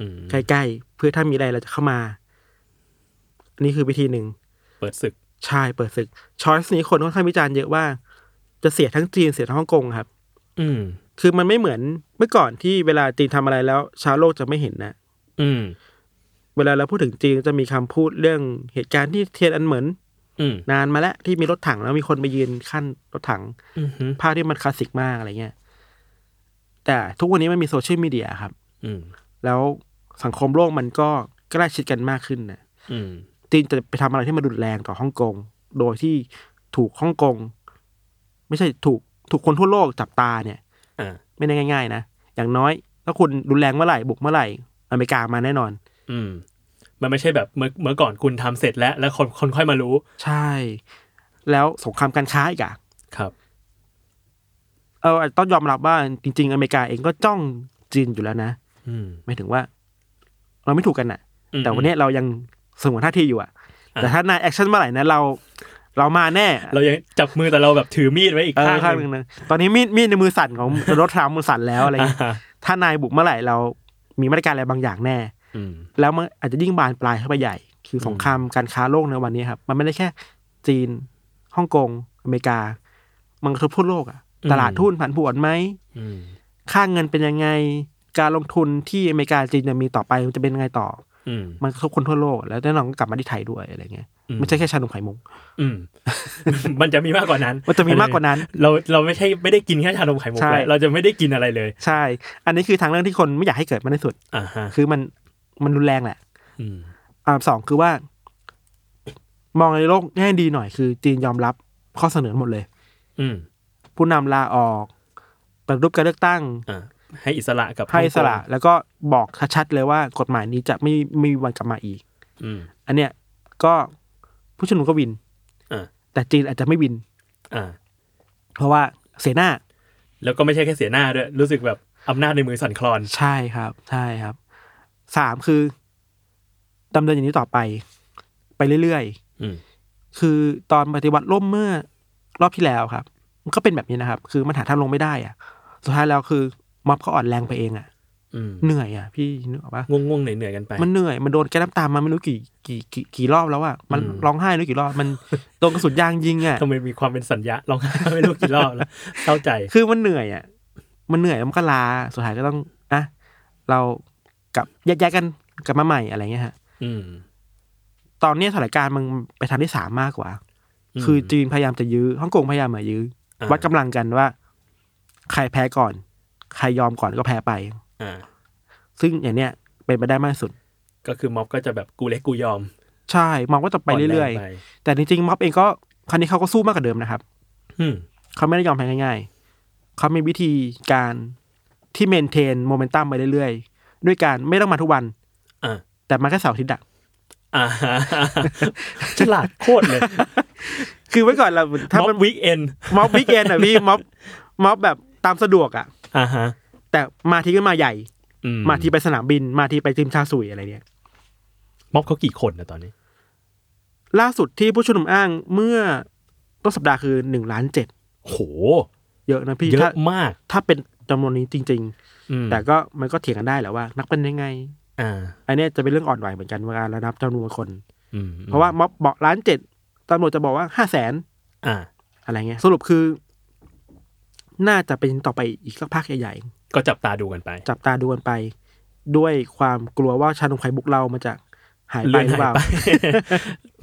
อืม ใกล้ๆ เพื่อถ้ามีอะไรเราจะเข้ามา อันนี้คือวิธีหนึ่ง เปิดศึก ใช่เปิดศึกช้อยส์นี้คนค่อนข้างวิจารณ์เยอะว่า จะเสียทั้งจีนเสียทั้งฮ่องกงครับ อืม คือมันไม่เหมือนเมื่อก่อนที่เวลาจีนทำอะไรแล้ว ชาวโลกจะไม่เห็นนะ อืม เวลาเราพูดถึงจีนจะมีคำพูดเรื่องเหตุการณ์ที่เทียนอันเหมือน อืม นานมาแล้วที่มีรถถังแล้วมีคนไปยืนขั้นรถถัง อืมฮึ ภาพที่มันคลาสสิกมากอะไรเงี้ยแต่ทุกวันนี้มันมีโซเชียลมีเดียครับ อืม แล้วสังคมโลกมันก็ใกล้ชิดกันมากขึ้นนะ อืม จีนจะไปทำอะไรที่มันรุนแรงต่อฮ่องกง โดยที่ถูกฮ่องกง ไม่ใช่ถูกถูกคนทั่วโลกจับตาเนี่ย อ่า ไม่ได้ง่าย ๆ นะ อย่างน้อย ถ้าคุณรุนแรงเมื่อไหร่บุกเมื่อไหร่อเมริกามาแน่นอน อืม มันไม่ใช่แบบเมื่อเมื่อก่อนคุณทำเสร็จแล้ว แล้วคนคนค่อยมารู้ ใช่ แล้วสงครามการค้าอีกอะ ครับ เอออาจจะต้องยอมรับว่าจริง ๆ อเมริกาเองก็จ้องจีนอยู่แล้วนะ อืม หมายถึงว่า เราไม่ถูกกันน่ะ อืม แต่วันเนี้ยเรายังสงวนท่าทีอยู่อะ อ่า แต่ถ้านายแอคชั่นเมื่อไหร่นะเรา เรามาแน่ เรายังจับมือแต่เราแบบถือมีดไว้อีก เออ ข้าง ข้าง ห ห นึ่ นึ่ ง งนะตอนนี้มีดมีดในมือสั่นของ รถทรัมป์มันสั่นแล้วอะไร อ่า เงี้ย ฮะ ถ้านายบุกเมื่อไหร่เรามีมาตรการอะไรบางอย่างแน่ อืม แล้วมันอาจจะยิ่งบานปลายเข้าไปใหญ่ คือสงครามการค้าโลกในวันนี้ครับ มันไม่ได้แค่ จีนฮ่องกงอเมริกา มันกระทบทั่วโลกอะ อืม ตลาดหุ้นผันผวนไหม อืม ค่าเงินเป็นยังไง การลงทุนที่อเมริกาจีนจะมีต่อไปมันจะเป็นยังไงต่อ อืม มันกระทบคนทั่วโลก แล้วแน่นอนก็กลับมาที่ไทยด้วยอะไรเงี้ยไม่ใช่แค่ชานมไข่มุก อืม มันจะมีมากกว่านั้น มันจะมีมากกว่านั้น เราเราไม่ใช่ไม่ได้กินแค่ชานมไข่มุก ใช่ แล้วเราจะไม่ได้กินอะไรเลย ใช่ อันนี้คือทางเรื่องที่คนไม่อยากให้เกิดมากที่สุด อ่าฮะ คือมันมันรุนแรงแหละ อืม อ่าสองคือว่า มองในโลกแง่ดีหน่อยคือ จีนยอมรับข้อเสนอหมดเลย อืม ผู้นำลาออกปฏิรูปการเลือกตั้ง อ่าให้อิสระกับ ให้อิสระ ฮ่องก แล้วก็บอกชัดๆเลยว่ากฎหมายนี้จะไม่ไม่มีวันกลับมาอีก งอืม อันเนี้ยก็ผู้ชุมนุมก็วิน อ่า แต่จีนอาจจะไม่วิน อ่า เพราะว่าเสนา แล้วก็ไม่ใช่แค่เสียหน้าด้วย รู้สึกแบบอำนาจในมือสั่นคลอน ใช่ครับ ใช่ครับสามคือดำเนินอย่างนี้ต่อไป ไปเรื่อย อืม ๆ คือตอนปฏิวัติล่มเมื่อรอบที่แล้วครับ มันก็เป็นแบบนี้นะครับ คือมันหาทางลงไม่ได้อะสุดท้ายแล้วคือม็อบก็อ่อนแรงไปเองอะ อืม เหนื่อยอะพี่นึกออกปะ ง่วงง่วงๆเหนื่อยเหนื่อยๆกันไป มันเหนื่อย มันโดนแก้น้ำตามาไม่รู้กี่กี่กี่กี่รอบแล้วอะมัน อืม ร้องไห้ไม่รู้กี่รอบ มัน โดนกระสุนยางยิงอะ ทำไมมีความเป็นสัญญาลองไห้ไม่รู้กี่รอบแล้วเข้าใจ คือมันเหนื่อยอะมันเหนื่อยแล้วมันก็ลา สุดท้ายก็ต้องอ่ะเรากลับแยกย้ายกันกลับมาใหม่อะไรเงี้ยฮะ อืม ตอนเนี้ยสถานการณ์มันไปทางที่สามมากกว่า อืม คือจีนพยายามจะยื้อ ฮ่องกงพยายามมายื้ออ อ่า วัดกำลังกันว่า ใครแพ้ก่อน ใครยอมก่อนก็แพ้ไป อ่า ซึ่งอย่างเนี้ยเป็นไปได้มากที่สุด ก็คือม็อบก็จะแบบกูเล็กกูยอม ใช่ มองว่าจะไปเรื่อย นแงไป ๆ แต่จริงๆม็อบเองก็ครั้นี้เขาก็สู้มากกว่าเดิมนะครับ อืม เขาไม่ได้ยอมแพ้ง่ายๆ เขามีวิธีการที่เมนเทนโมเมนตัมไปเรื่อยๆ ด้วยการไม่ต้องมาทุกวัน อ่า แต่มาแค่เสาร์อาทิตย์อะ อ่าฮะฉลาดโคตรเลย คือไว้ก่อนเราถ้า ม็อบ มัน วีคเอน ม็อบวิกเอนอะพี่ ม็อบม็อบแบบตามสะดวกอะ อ่าฮะ แต่มาทีก็มาใหญ่ อื มาทีไปสนามบิน มาทีไปจิมชาสุยอะไรเนี่ย ม็อบเขากี่คนนะตอนนี้ ล่าสุดที่ผู้ชุมนุมอ้างเมื่อต้นสัปดาห์คือหนึ่งล้านเจ็ด โห เยอะนะพี่ เย ถ้า อะมาก ถ้าเป็นจำนวนนี้จริง อืม ๆ แต่ก็มันก็เถียงกันได้แหละว่า นักเป็นยังไง อ่า อันเนี้ยจะเป็นเรื่องอ่อนไหวเหมือนกันเวลาเรานับจำนวนคน อืม เพราะว่าม็อบบอกล้านเจ็ดตำรวจจะบอกว่าห้าแสน อ่า อะไรเงี้ย สรุปคือ น่าจะเป็นต่อไปอีกสักพักใหญ่ ก็จับตาดูกันไป ๆ จับตาดูกันไป ด้วยความกลัวว่าชานมไข่บุกเรามันจะหายไปหรือ เปล่า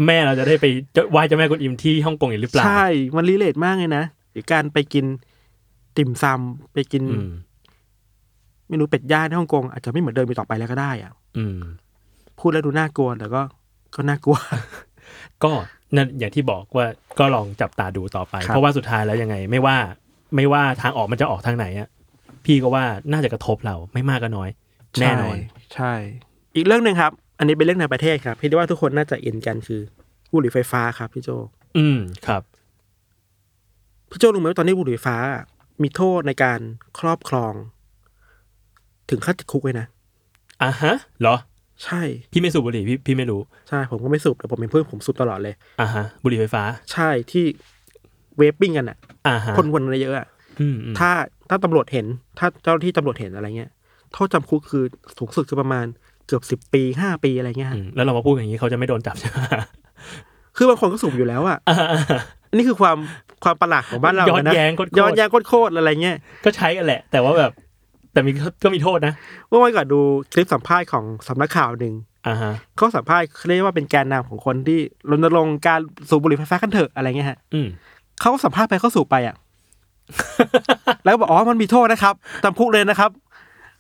แม่เราจะได้ไปจะไหว้เจ้าแม่กุนอิมที่ฮ่องกงอีกหรือเปล่า ใช่ มันรีเลทมากเลยนะหรือการไปกินติ่มซำไปกิน อืม เมนูเป็ดย่างที่ฮ่องกงอาจจะไม่เหมือนเดิมไปต่อไปแล้วก็ได้อะ อืม พูดแล้วดูน่ากลัวแต่ก็ก็น่ากลัว ก็นั่นอย่างที่บอกว่าก็ลองจับตาดูต่อไป ครับ เพราะว่าสุดท้ายแล้วยังไง ไม่ว่าไม่ว่าทางออกมันจะออกทางไหนอะพี่ก็ว่าน่าจะกระทบเราไม่มากก็น้อย แน่นอน ใช่ใช่ อีกเรื่องหนึ่งครับ อันนี้เป็นเรื่องในประเทศครับ พี่ว่าทุกคนน่าจะเอ็นกันคือบุหรี่ไฟฟ้าครับพี่โจ อืมครับ พี่โจรู้ไหมว่าตอนนี้บุหรี่ไฟฟ้า มีโทษในการครอบครอง ถึงขั้นติดคุกเลยนะ อ่ะฮะเหรอ ใช่ พี่ไม่สูบบุหรี่พี่พี่ไม่รู้ ใช่ ผมก็ไม่สูบแต่ผมเป็นเพื่อนผมสูบตลอดเลย อ่ะฮะ บุหรี่ไฟฟ้า ใช่ที่เวฟปิ้งกันอ่ะ อ่ะฮะ คนวนอะไรเยอะอ่ะ อืมอืม ถ้าถ้าตำรวจเห็น ถ้าเจ้าหน้าที่ตำรวจเห็นอะไรเงี้ยโทษจำคุกคือสูงสุดคือประมาณเกือบสิบปีห้าปีอะไรเงี้ย อื ฮะ มแล้วเรามาพูดอย่างนี้เขาจะไม่โดนจับใช่ไหม คือบางคนก็สูบอยู่แล้วอ่ะ อ่าอ่าอ่า อันนี้คือความความประหลาดของบ้านเรา ย้อน นะ แย้งโคตรๆ ย้อนแย้งโคตรๆอะไรเงี้ย ก็ใช้กันแหละ แต่ว่าแบบ แต่มีก็มีโทษนะ เมื่อวันก่อนดูคลิปสัมภาษณ์ของสำนักข่าวหนึ่ง อ่ะฮะ เขาสัมภาษณ์เขาเรียกว่าเป็นแกนนำของคนที่รณรงค์การสูบบุหรี่ไฟฟ้ากันเถอะอะไรเงี้ยฮะ อืม เขาสัมภาษณ์ไปเขาสูบไปอ่ะ แล้วก็บอกอ๋อมันมีโทษนะครับจำคุกเลยนะครับ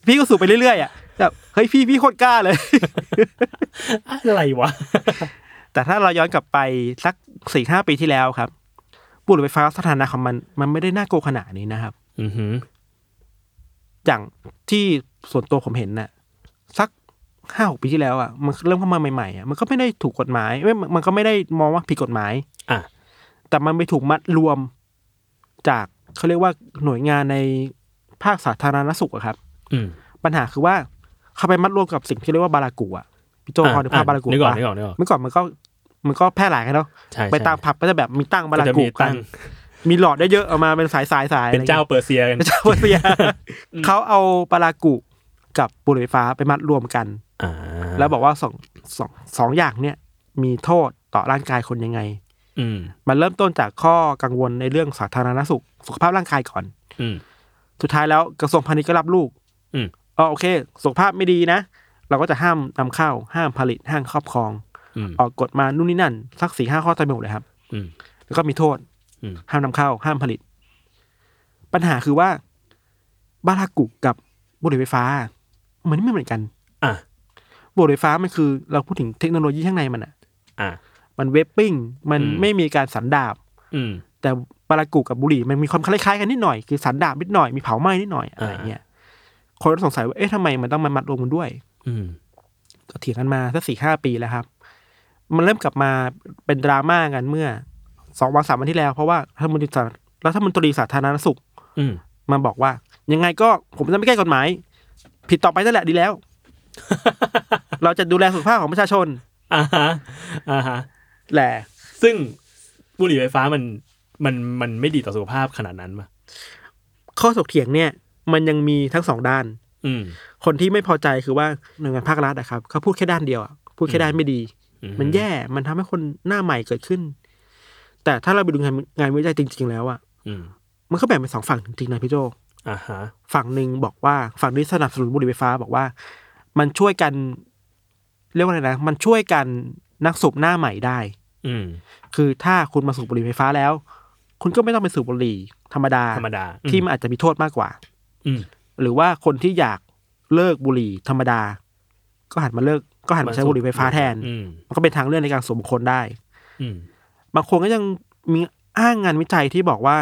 พี่ก็สูบไปเรื่อยๆอ่ะแบบเฮ้ยพี่พี่โคตรกล้าเลย อะไรวะ แต่ถ้าเราย้อนกลับไปสักสี่ห้าปีที่แล้วครับบุหรี่ไฟฟ้าสถานะของมันมันไม่ได้น่ากลัวขนาดนี้นะครับ อือหือ อย่างที่ส่วนตัวผมเห็นน่ะ สักห้าหกปีที่แล้วอ่ะมันเริ่มเข้ามาใหม่ๆอ่ะมันก็ไม่ได้ถูกกฎหมายไม่มันก็ไม่ได้มองว่าผิดกฎหมาย อ่ะ แต่มันไปถูกมัดรวมจากเขาเรียกว่าหน่วยงานในภาคสาธารณสุขอะครับ อืม ปัญหาคือว่าเขาไปมัดรวมกับสิ่งที่เรียกว่าบารากูอะพี่โจพอนึกภาพบารากู นึกออก ปะ นึกออกนึกออก เมื่อก่อนมันก็มันก็แพร่หลายกันเนาะ ใช่ใช่ ไปตามผับก็จะแบบมีตั้งบารา จะ กู มี กั ตั้ น ง มีหลอดได้เยอะๆเอามาเป็นสายสายสาย เป็นเจ้าเปอร์เซียกัน เป็นเจ้าเปียเขาเอาบารากูกับบุหรี่ไฟฟ้าไปมัดรวมกัน อ่า แล้วบอกว่าสองสองสองอย่างเนี่ยมีโทษต่อร่างกายคนยังไง อืม มันเริ่มต้นจากข้อกังวลในเรื่องสาธารณสุข สุขภาพร่างกายก่อน อืม สุดท้ายแล้วกระทรวงพาณิชย์ก็รับลูก อืม อ๋อโอเค สุขภาพไม่ดีนะ เราก็จะห้ามนำเข้า ห้ามผลิต ห้ามครอบครอง อืม ออกกฎมานู่นนี่นั่น สักสี่ห้าข้อเต็มไปหมดเลยครับ อืม แล้วก็มีโทษ อืม ห้ามนำเข้า ห้ามผลิต ปัญหาคือว่าบารากุกับบุหรี่ไฟฟ้า มันไม่เหมือนกัน อ่ะ บุหรี่ไฟฟ้ามันคือ เราพูดถึงเทคโนโลยีข้างในมันอะ อ่ะ มันเวปปิ้ง มัน อืม ไม่มีการสันดาบ อืม แต่ปารากุกับบุหรี่มันมีความคล้ายๆกันนิดหน่อยคือสันดาบนิดหน่อยมีเผาไหม้นิดหน่อยอะไรเงี้ยคนก็สงสัยว่าเอ๊ะทำไมมันต้องมามัดรวมกันด้วย อืม ก็เถียงกันมาสักสี่ห้าปีแล้วครับ มันเริ่มกลับมาเป็นดราม่ากันเมื่อสองวันสามวันที่แล้ว เพราะว่ารัฐมนตรีสารัฐมนตรีสาธารณสุข อืม มาบอกว่า ยังไงก็ผมจะไม่แก้กฎหมาย ผิดต่อไปนั่นแหละดีแล้ว เราจะดูแลสุขภาพของประชาชน อ่าฮะอ่าฮะ แหละ ซึ่งบุหรี่ไฟฟ้ามันมันมันไม่ดีต่อสุขภาพขนาดนั้นป่ะ ข้อถกเถียงเนี่ย มันยังมีทั้งสองด้าน อืม คนที่ไม่พอใจคือว่าหน่วยงานภาครัฐอะครับเขาพูดแค่ด้านเดียวอะพูดแค่ด้านไม่ดี อืม มันแย่มันทำให้คนหน้าใหม่เกิดขึ้น แต่ถ้าเราไปดูงานงานวิจัยจริง ๆ แล้วอะ อืม มันก็แบ่งเป็นสองฝั่งจริงๆนะพี่โจ อ่าฮะ ฝั่งหนึ่งบอกว่าฝั่งที่สนับสนุนบุหรี่ไฟฟ้าบอกว่า มันช่วยกันเรียกว่าอะไรนะ มันช่วยกันนักสูบหน้าใหม่ได้ อืม คือถ้าคุณมาสูบบุหรี่ไฟฟ้าแล้ว คุณก็ไม่ต้องไปสูบบุหรี่ธรรมดา ธรรมดาอืม ที่มันอาจจะมีโทษมากกว่า อืม หรือว่าคนที่อยากเลิกบุหรี่ธรรมดา ก็หันมาเลิกก็หันมาใช้บุหรี่ไฟฟ้าแทน อืม มันก็เป็นทางเลือกในการสูบบุคคลได้ อืม บางคนก็ยังมีอ้างงานวิจัยที่บอกว่า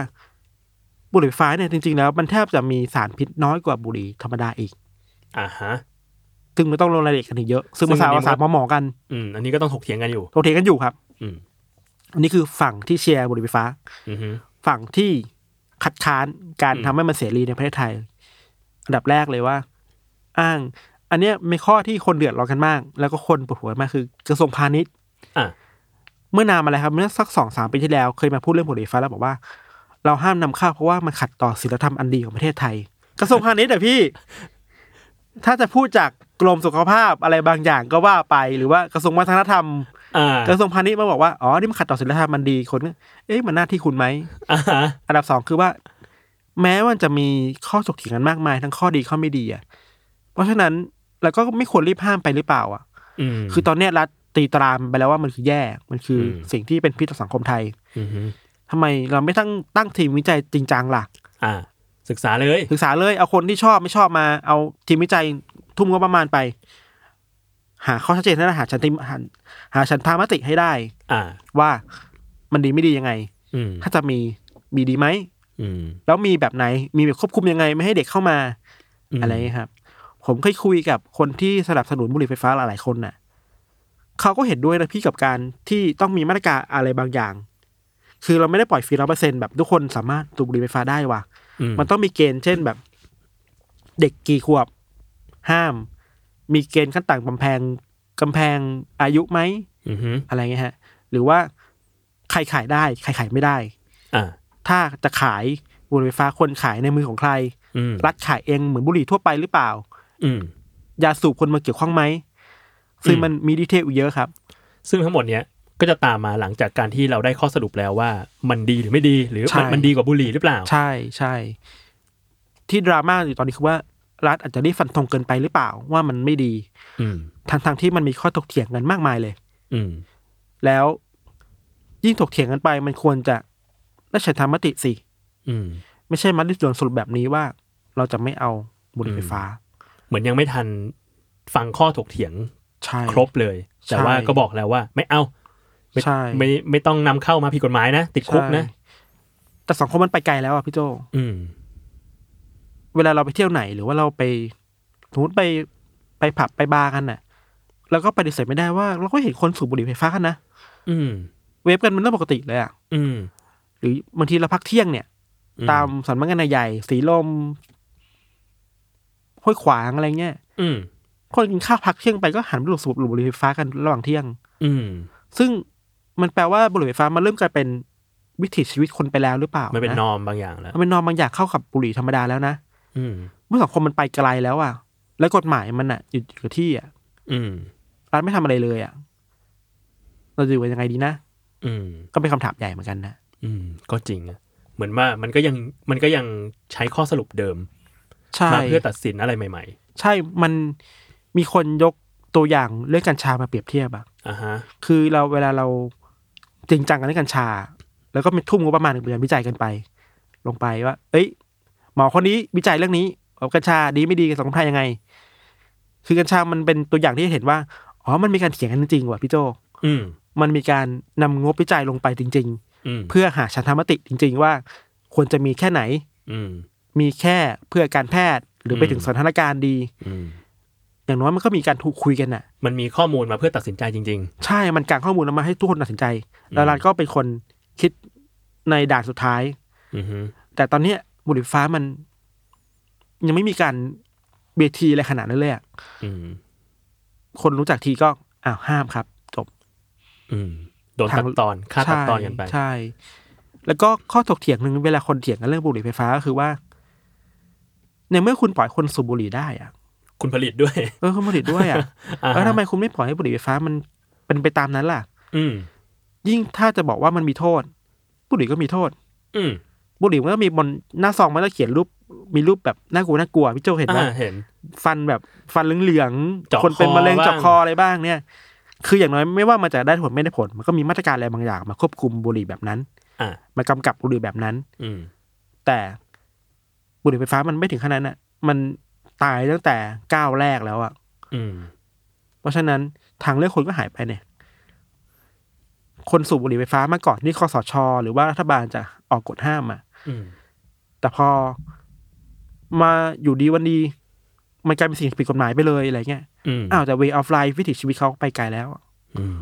บุหรี่ไฟฟ้าเนี่ยจริงๆ แล้วมันแทบจะมีสารพิษน้อยกว่าบุหรี่ธรรมดาอีก อ่าฮะ ซึ่งมันต้องลงรายละเอียดกันอีกเยอะ ซึ่งภาษา ซึ่งอันนี้ ภาษาหมอๆกัน อืม อันนี้ก็ต้องถกเถียงกันอยู่ โตเถียงกันอยู่ครับ อืม อันนี้คือฝั่งที่เชียร์บุหรี่ไฟฟ้า อืมฮึ ฝั่งที่คัดค้านการ อืม ทำให้มันเสรีในประเทศไทย อันดับแรกเลยว่า อ้าง อันเนี้ยมีข้อที่คนเดือดร้อนกันมาก แล้วก็คนปวดหัวมากคือกระทรวงพาณิชย์ อ่ะ เมื่อนานมาแล้วครับเมื่อสักสองสามปีที่แล้วเคยมาพูดเรื่องบุหรี่ไฟฟ้าแล้วบอกว่า เราห้ามนำเข้าเพราะว่ามันขัดต่อศีลธรรมอันดีของประเทศไทย กระทรวงพาณิชย์อะพี่ ถ้าจะพูดจากกรมสุขภาพอะไรบางอย่างก็ว่าไป หรือว่ากระทรวงวัฒนธรรม อ่าก ระทรวงพาณิชย์มาบอกว่า อ๋อ นี่มันขัดต่อศีลธรรมอันดีคนก็เอ๊ะมันหน้าที่คุณไหม อ่าฮะ อันดับสองคือว่า แม้มันจะมีข้อถกเถียงกันมากมาย ทั้งข้อดีข้อไม่ดีอะเพราะฉะนั้นเราก็ไม่ควรรีบห้ามไปหรือเปล่าอะ อืม คือตอนเนี้ยรัฐตีตรามไปแล้วว่ามันคือแย่มันคืออ ม สิ่งที่เป็นพิษต่อสังคมไทย อืมฮึ ทำไมเราไม่ตั้งตั้งทีมวิจัยจริงจังล่ะ อ่า ศึกษาเลย ศึกษาเลยเอาคนที่ชอบไม่ชอบมาเอาทีมวิจัยทุ่มงบประมาณไป หาข้อชัดเจนให้ได้หาชันติหาหาชันทามติให้ได้ อ่า ว่ามันดีไม่ดียังไง อืม ถ้าจะมีมีดีไหม อืม แล้วมีแบบไหนมีแบบควบคุมยังไงไม่ให้เด็กเข้ามา อืม อะไรอย่างเงี้ยครับ ผมเคยคุยกับคนที่สนับสนุนบุหรี่ไฟฟ้าหลายๆคนน่ะเขาก็เห็นด้วยนะพี่กับการที่ต้องมีมาตรการอะไรบางอย่าง คือเราไม่ได้ปล่อยฟรีร้อเปอร์เซ็นแบบทุกคนสามารถสูบบุหรี่ไฟฟ้าได้ว่ะ อืม มันต้องมีเกณฑ์เช่นแบบ เด็กกี่ขวบ ห้าม มีเกณฑ์ขั้นต่างกำแพงกำแพงอายุไหม อืมฮึ อะไรเงี้ยฮะ หรือว่าใครขายได้ใครขายไม่ได้ อ่า ถ้าจะขายบุหรี่ไฟฟ้าควรขายในมือของใคร อืม รัฐขายเองเหมือนบุหรี่ทั่วไปหรือเปล่า อืม ยาสูบคนมาเกี่ยวข้องไหม ซึ่ง อืม มันมีดีเทลอยู่เยอะครับ ซึ่งทั้งหมดเนี้ยก็จะตามมาหลังจากการที่เราได้ข้อสรุปแล้วว่ามันดีหรือไม่ดี หรือ ใช่ มันมันดีกว่าบุหรี่หรือเปล่า ใช่ใช่ ที่ดราม่าอยู่ตอนนี้คือว่ารัฐอาจจะได้ฟันธงเกินไปหรือเปล่า ว่ามันไม่ดี อืม ทั้งทงๆที่มันมีข้อถกเถียงกันมากมายเลย อืม แล้วยิ่งถกเถียงกันไปมันควรจะได้ฉันทามติสิ อืม ไม่ใช่มาดิสวนสรุปแบบนี้ว่า เราจะไม่เอาบุหรี่ไฟฟ้า เหมือนยังไม่ทันฟังข้อถกเถียง ใช่ ครบเลย แต่ว่าก็บอกแล้วว่า ไม่เอาไม่ ใช่ ไม่ไม่ต้องนำเข้ามาผิดกฎหมายนะ ติดคุกนะ ใช่แต่สังคมมันไปไกลแล้วอ่ะพี่โจ อืม เวลาเราไปเที่ยวไหนหรือว่าเราไปสมมติไปไปผับไปบาร์กันน่ะเราก็ปฏิเสธไม่ได้ว่า เราก็เห็นคนสูบบุหรี่ไฟฟ้ากันนะ อืม เวฟกันมันเรื่องปกติเลยอ่ะ อืม หรือบางทีเราพักเที่ยงเนี่ย อื ตามสำนักงานใหญ่สีลมห้วยขวางอะไรเงี้ย อืม คนกินข้าวพักเที่ยงไปก็หันไปหลบสูบบุหรี่ไฟฟ้ากันระหว่างเที่ยง อืม ซึ่งมันแปลว่าบุหรี่ไฟฟ้ามันเริ่มกลายเป็นวิถีชีวิตคนไปแล้วหรือเปล่า มันเป็นน นะ อมบางอย่างแล้ว มันเป็นนอมบางอย่างเข้ากับบุหรี่ธรรมดาแล้วนะ อืม เมื่อสังคมมันไปไกลแล้วอ่ะ แล้วกฎหมายมันอ่ะอยู่อยู่กับที่อ่ะ อืม รัฐไม่ทำอะไรเลยอ่ะ เราจะอยู่กันยังไงดีนะ อืม ก็เป็นคำถามใหญ่เหมือนกันนะ อืม ก็จริงอะเหมือนว่ามันก็ยังมันก็ยังใช้ข้อสรุปเดิม ใช่ มาเพื่อตัดสินอะไรใหม่ ใช่ มันมีคนยกตัวอย่างเรื่องกัญชามาเปรียบเทียบอ่ะ ๆอ่าฮะ คือเราเวลาเราจริงจังกับเรื่องกัญชา แล้วก็มีทุ่มงบประมาณในการวิจัยกันไป ลงไปว่า เอ้ย หมอคนนี้วิจัยเรื่องนี้ว่ากัญชาดีไม่ดีกับสังคมไทยยังไง คือกัญชามันเป็นตัวอย่างที่เห็นว่า อ๋อ มันมีการเถียงกันจริงๆว่ะพี่โจ อืม มันมีการนำงบวิจัยลงไปจริง อืม ๆ เพื่อหาฉันทามติจริง ๆ ว่า ควรจะมีแค่ไหน อืม มีแค่เพื่อการแพทย์ หรือไป อืม ถึงสถานการณ์ดี อืม อย่างน้อยมันก็มีการถูกคุยกันน่ะ มันมีข้อมูลมาเพื่อตัดสินใจจริง ใช่มันกางข้อมูลออกมาให้ทุกคนตัดสินใจ แล้วรัฐก็เป็นคนคิดในด่านสุดท้าย ๆ อือฮึ แต่ตอนเนี้ยบุหรี่ไฟฟ้ามัน ยังไม่มีการเบทีอะไรขนาดนั้นเลยอะ อืม คนรู้จักทีก็อ้าวห้ามครับ จบ อืมโดนตัดตอนค่าตัดตอนกันไป ใช่ แล้วก็ข้อถกเถียงหนึ่งเวลาคนเถียงกันเรื่องบุหรี่ไฟฟ้าก็คือว่า ในเมื่อคุณปล่อยคนสูบบุหรี่ได้อะ คุณผลิตด้วย เออคุณผลิตด้วยอะ อ่าฮะ แล้วทำไมคุณไม่ปล่อยให้บุหรี่ไฟฟ้ามันเป็นไปตามนั้นล่ะ อืม ยิ่งถ้าจะบอกว่ามันมีโทษ บุหรี่ก็มีโทษ อืม บุหรี่มันก็มีบนหน้าซองมันก็เขียนรูปมีรูปแบบน่ากลัวน่ากลัวพี่โจเห็นไหม อ่าเห็น ฟันแบบฟันเหลือง เจาะ ๆคนเป็นมะเร็ง คอบ้าง เจาะคออะไรบ้างเนี่ย คืออย่างน้อยไม่ว่ามันจะได้ผลไม่ได้ผล มันก็มีมาตรการอะไรบางอย่าง มาควบคุมบุหรี่แบบนั้น อ่า มากำกับบุหรี่แบบนั้น อืม แต่บุหรี่ไฟฟ้ามันไม่ถึงขนาดนั้นอ่ะ มันตายตั้งแต่ก้าวแรกแล้วอ่ะ อืม เพราะฉะนั้นทางเลือกคนก็หายไปเนี่ย คนสูบบุหรี่ไฟฟ้ามาก่อนที่คอสช หรือว่ารัฐบาลจะออกกฎห้ามอ่ะ อืม แต่พอมาอยู่ดีวันดี มันกลายเป็นสิ่งผิดกฎหมายไปเลยอะไรเงี้ย อืม อ้าวแต่ way of life วิถีชีวิตเขาไปไกลแล้วอะ อืม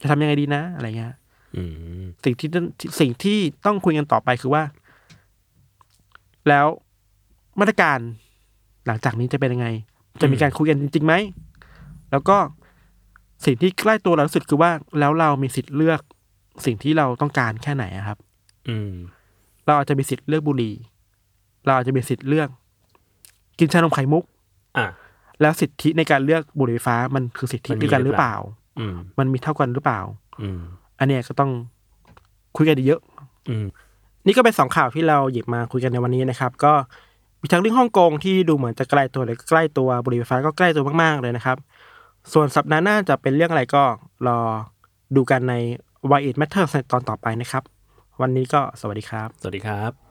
จะทำยังไงดีนะ อะไรเงี้ย อืม สิ่งที่ต้องสิ่งที่ต้องคุยกันต่อไปคือว่า แล้วมาตรการหลังจากนี้จะเป็นยังไง จะมีการคุยกันจริงๆไหม แล้วก็สิ่งที่ใกล้ตัวเราที่สุดคือว่า แล้วเรามีสิทธิ์เลือกสิ่งที่เราต้องการแค่ไหนอะครับ อืม เราอาจจะมีสิทธิ์เลือกบุหรี่ เราอาจจะมีสิทธิ์เลือก กินชานมไข่มุก อ่ะ แล้วสิทธิในการเลือกบุหรี่ไฟฟ้ามันคือสิทธิ มันมี เดียวกันห หรื รือ อ เป เป ล่า ล่า อืม มันมีเท่ากันหรือเปล่า อืม อันเนี้ยก็ต้องคุยกันเยอะ อืม นี่ก็เป็นสองข่าวที่เราหยิบมาคุยกันในวันนี้นะครับ ก็มีทั้งเรื่องฮ่องกงที่ดูเหมือนจะใกล้ตัวหรือใกล้ตัวบุหรี่ไฟฟ้าก็ใกล้ตัวมากๆเลยนะครับ ส่วนสัปดาห์หน้าจะเป็นเรื่องอะไรก็รอดูกันใน Why It Matters ในตอนต่อไปนะครับ วันนี้ก็สวัสดีครับ สวัสดีครับ